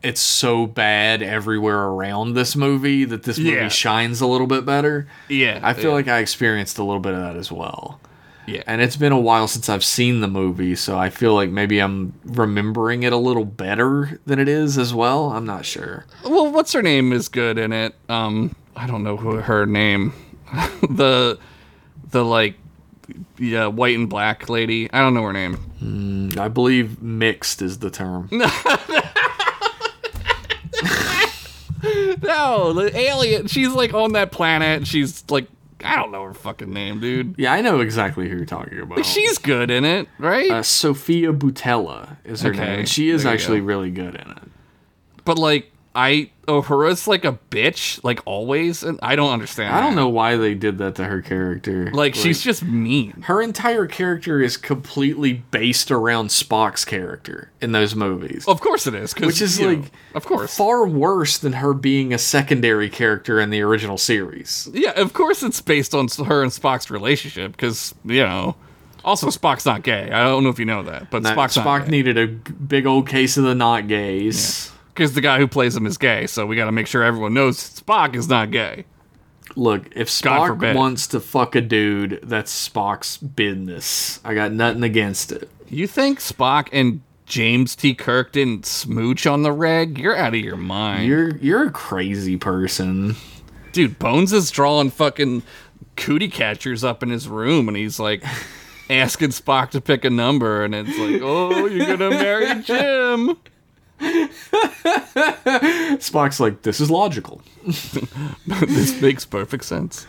[SPEAKER 1] it's so bad everywhere around this movie that this movie
[SPEAKER 2] Yeah.
[SPEAKER 1] shines a little bit better.
[SPEAKER 2] Yeah,
[SPEAKER 1] I feel
[SPEAKER 2] yeah,
[SPEAKER 1] like I experienced a little bit of that as well.
[SPEAKER 2] yeah.
[SPEAKER 1] And it's been a while since I've seen the movie, so I feel like maybe I'm remembering it a little better than it is as well. I'm not sure.
[SPEAKER 2] well what's her name is good in it um i don't know who her name the the like yeah white and black lady i don't know her name
[SPEAKER 1] I believe mixed is the term.
[SPEAKER 2] no the alien she's like on that planet she's like i don't know her fucking name dude
[SPEAKER 1] Yeah, I know exactly who you're talking about.
[SPEAKER 2] she's good in it right
[SPEAKER 1] uh, Sophia Butella is her
[SPEAKER 2] Okay,
[SPEAKER 1] name. and She is
[SPEAKER 2] there you
[SPEAKER 1] actually
[SPEAKER 2] go.
[SPEAKER 1] really good in it.
[SPEAKER 2] but like i ohara's like a bitch like always and i don't understand
[SPEAKER 1] I don't
[SPEAKER 2] that.
[SPEAKER 1] know why they did that to her character.
[SPEAKER 2] like she's just mean
[SPEAKER 1] her entire character is completely based around Spock's character in those movies.
[SPEAKER 2] of course it is 'cause,
[SPEAKER 1] which is
[SPEAKER 2] you know,
[SPEAKER 1] like
[SPEAKER 2] of course
[SPEAKER 1] far worse than her being a secondary character in the original series.
[SPEAKER 2] Yeah, of course it's based on her and Spock's relationship because you know. Also, Spock's not gay. I don't know if you know that, but
[SPEAKER 1] That
[SPEAKER 2] Spock's
[SPEAKER 1] Spock
[SPEAKER 2] not
[SPEAKER 1] needed a g- big old case of the not gays.
[SPEAKER 2] because the guy who plays him is gay. So we got to make sure everyone knows Spock is not gay.
[SPEAKER 1] Look, if
[SPEAKER 2] God
[SPEAKER 1] Spock
[SPEAKER 2] forbid.
[SPEAKER 1] wants to fuck a dude, that's Spock's business. I got nothing against it.
[SPEAKER 2] You think Spock and James T. Kirk didn't smooch on the reg? You're out of your mind,
[SPEAKER 1] You're you're a crazy person.
[SPEAKER 2] dude. Bones is drawing fucking cootie catchers up in his room, and he's like. Asking Spock to pick a number, and it's like, oh, you're gonna marry Jim.
[SPEAKER 1] Spock's like, this is logical.
[SPEAKER 2] this makes perfect sense.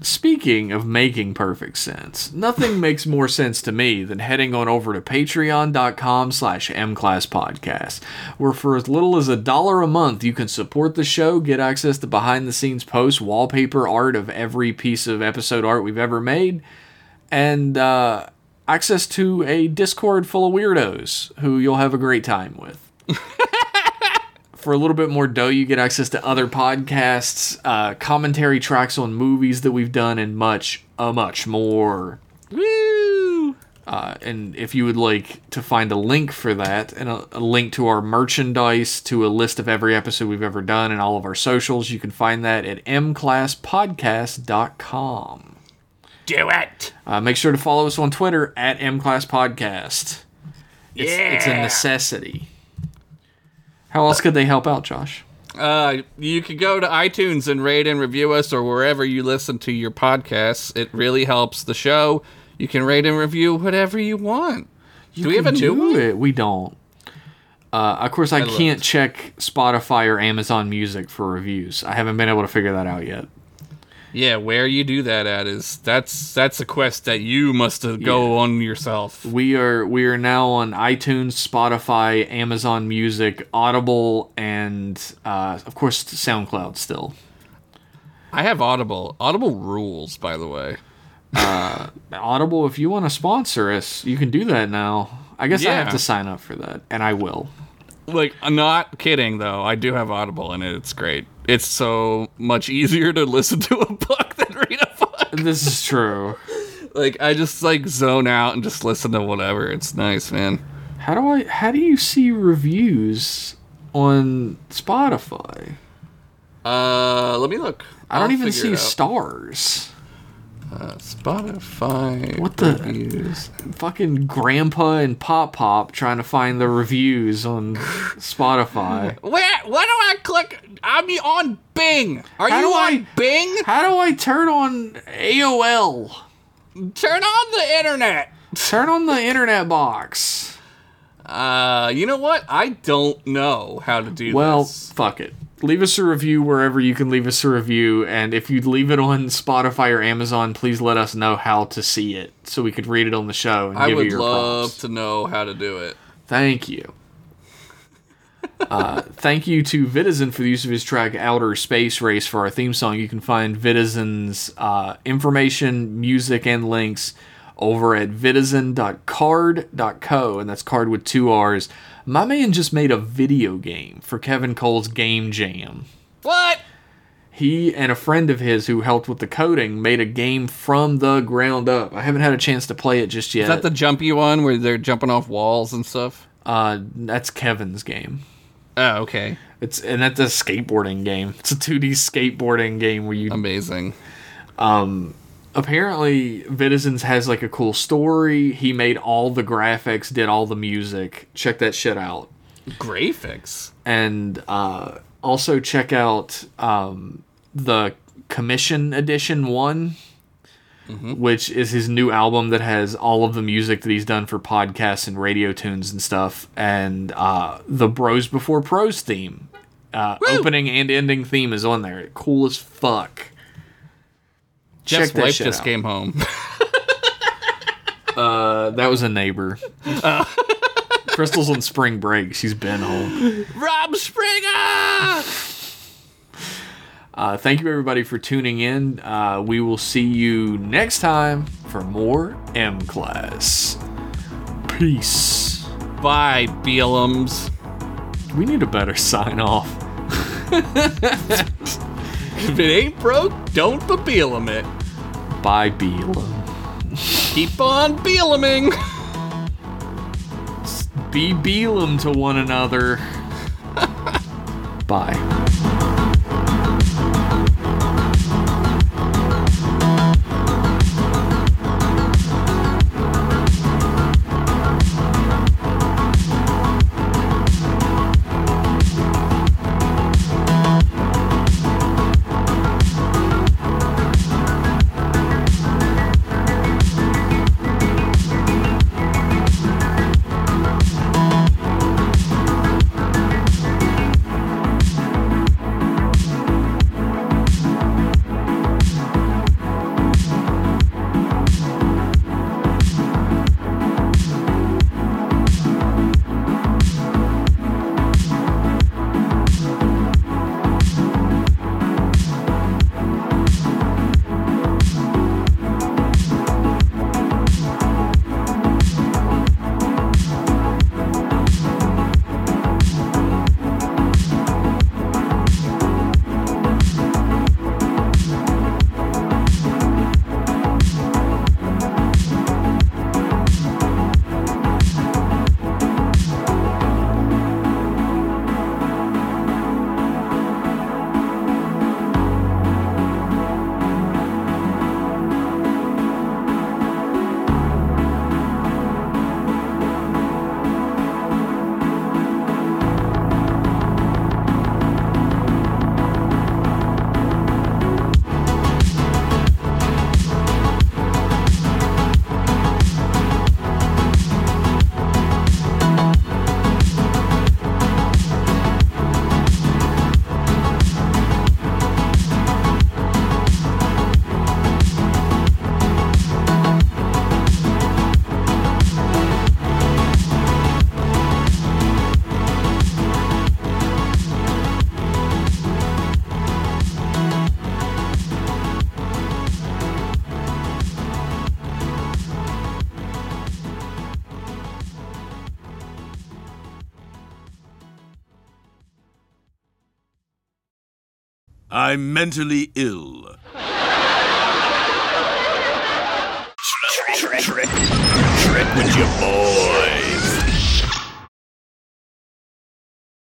[SPEAKER 1] Speaking of making perfect sense, nothing makes more sense to me than heading on over to patreon.com slash mclasspodcast, where for as little as a dollar a month, you can support the show, get access to behind-the-scenes posts, wallpaper art of every piece of episode art we've ever made, and uh, access to a Discord full of weirdos who you'll have a great time with for a little bit more dough, you get access to other podcasts, uh, commentary tracks on movies that we've done, and much, uh, much more.
[SPEAKER 2] Woo!
[SPEAKER 1] Uh, and if you would like to find a link for that and a, a link to our merchandise, to a list of every episode we've ever done, and all of our socials, you can find that at mclasspodcast.com.
[SPEAKER 2] Do it.
[SPEAKER 1] Uh, make sure to follow us on Twitter at mclasspodcast. It's, it's a necessity. How else could they help out, Josh?
[SPEAKER 2] Uh, you can go to iTunes and rate and review us or wherever you listen to your podcasts. It really helps the show. You can rate and review whatever you want. do we have a
[SPEAKER 1] can
[SPEAKER 2] new
[SPEAKER 1] do
[SPEAKER 2] one?
[SPEAKER 1] It. We don't. Uh, of course, I,
[SPEAKER 2] looked.
[SPEAKER 1] can't check Spotify or Amazon Music for reviews. I haven't been able to figure that out yet.
[SPEAKER 2] Yeah, where you do that at is that's that's a quest that you must uh, go on yourself.
[SPEAKER 1] We are we are now on iTunes, Spotify, Amazon Music, Audible, and uh, of course SoundCloud. Still,
[SPEAKER 2] I have Audible. Audible rules, by the way.
[SPEAKER 1] Audible. If you want to sponsor us, you can do that now. I guess I
[SPEAKER 2] Yeah.
[SPEAKER 1] have to sign up for that, and I will.
[SPEAKER 2] Like, I'm not kidding though. I do have Audible, and it's great. It's so much easier to listen to a book than read a book.
[SPEAKER 1] This is true.
[SPEAKER 2] Like I just like zone out and just listen to whatever. It's nice, man.
[SPEAKER 1] How do I? How do you see reviews on Spotify?
[SPEAKER 2] Uh, let me look.
[SPEAKER 1] I don't
[SPEAKER 2] I'll
[SPEAKER 1] even
[SPEAKER 2] figure
[SPEAKER 1] see
[SPEAKER 2] it out.
[SPEAKER 1] stars.
[SPEAKER 2] Uh, Spotify.
[SPEAKER 1] What the-
[SPEAKER 2] reviews.
[SPEAKER 1] Fucking grandpa and pop pop trying to find the reviews on Spotify.
[SPEAKER 2] Where? Where do I click? I'm on Bing. Are
[SPEAKER 1] How
[SPEAKER 2] you
[SPEAKER 1] do
[SPEAKER 2] on
[SPEAKER 1] I-
[SPEAKER 2] Bing?
[SPEAKER 1] How do I turn on AOL?
[SPEAKER 2] Turn on the internet.
[SPEAKER 1] Turn on the internet box.
[SPEAKER 2] Uh, you know what? I don't know how to do
[SPEAKER 1] Well,
[SPEAKER 2] this.
[SPEAKER 1] fuck it. Leave us a review wherever you can leave us a review, and if you leave it on Spotify or Amazon, please let us know how to see it so we could read it on the show and
[SPEAKER 2] I
[SPEAKER 1] give
[SPEAKER 2] would
[SPEAKER 1] you your
[SPEAKER 2] love
[SPEAKER 1] props.
[SPEAKER 2] to know how to do it.
[SPEAKER 1] Thank you. uh, thank you to Vitizen for the use of his track Outer Space Race for our theme song. You can find Vitizen's uh, information, music, and links over at vitizen.card.co, and that's card with two R's. My man just made a video game for Kevin Cole's Game Jam.
[SPEAKER 2] What?
[SPEAKER 1] He and a friend of his who helped with the coding made a game from the ground up. I haven't had a chance to play it just yet.
[SPEAKER 2] Is that the jumpy one where they're jumping off walls and stuff?
[SPEAKER 1] uh, that's Kevin's game.
[SPEAKER 2] Oh, okay.
[SPEAKER 1] It's and that's a skateboarding game. It's a 2D skateboarding game where you
[SPEAKER 2] Amazing.
[SPEAKER 1] apparently Vitizen's has like a cool story. He made all the graphics, did all the music. Check that shit out.
[SPEAKER 2] Graphics.
[SPEAKER 1] And uh, also check out um, the Commission Edition one. Which is his new album that has all of the music that he's done for podcasts and radio tunes and stuff, and uh, the Bros Before Pros theme, uh, opening and ending theme is on there. Cool as fuck.
[SPEAKER 2] Jeff's
[SPEAKER 1] that
[SPEAKER 2] wife
[SPEAKER 1] shit
[SPEAKER 2] just
[SPEAKER 1] out.
[SPEAKER 2] came home.
[SPEAKER 1] Uh, that was a neighbor. Crystal's on spring break. She's been home.
[SPEAKER 2] Rob Springer!
[SPEAKER 1] Uh, thank you, everybody, for tuning in. Uh, we will see you next time for more M Class. Peace.
[SPEAKER 2] Bye, Beelums.
[SPEAKER 1] We need a better sign off.
[SPEAKER 2] If it ain't broke, don't bebeelum it.
[SPEAKER 1] Bye, Beelum.
[SPEAKER 2] Keep on beeluming.
[SPEAKER 1] Be Beelum to one another. Bye.
[SPEAKER 6] I'm mentally ill. Trek with your boy.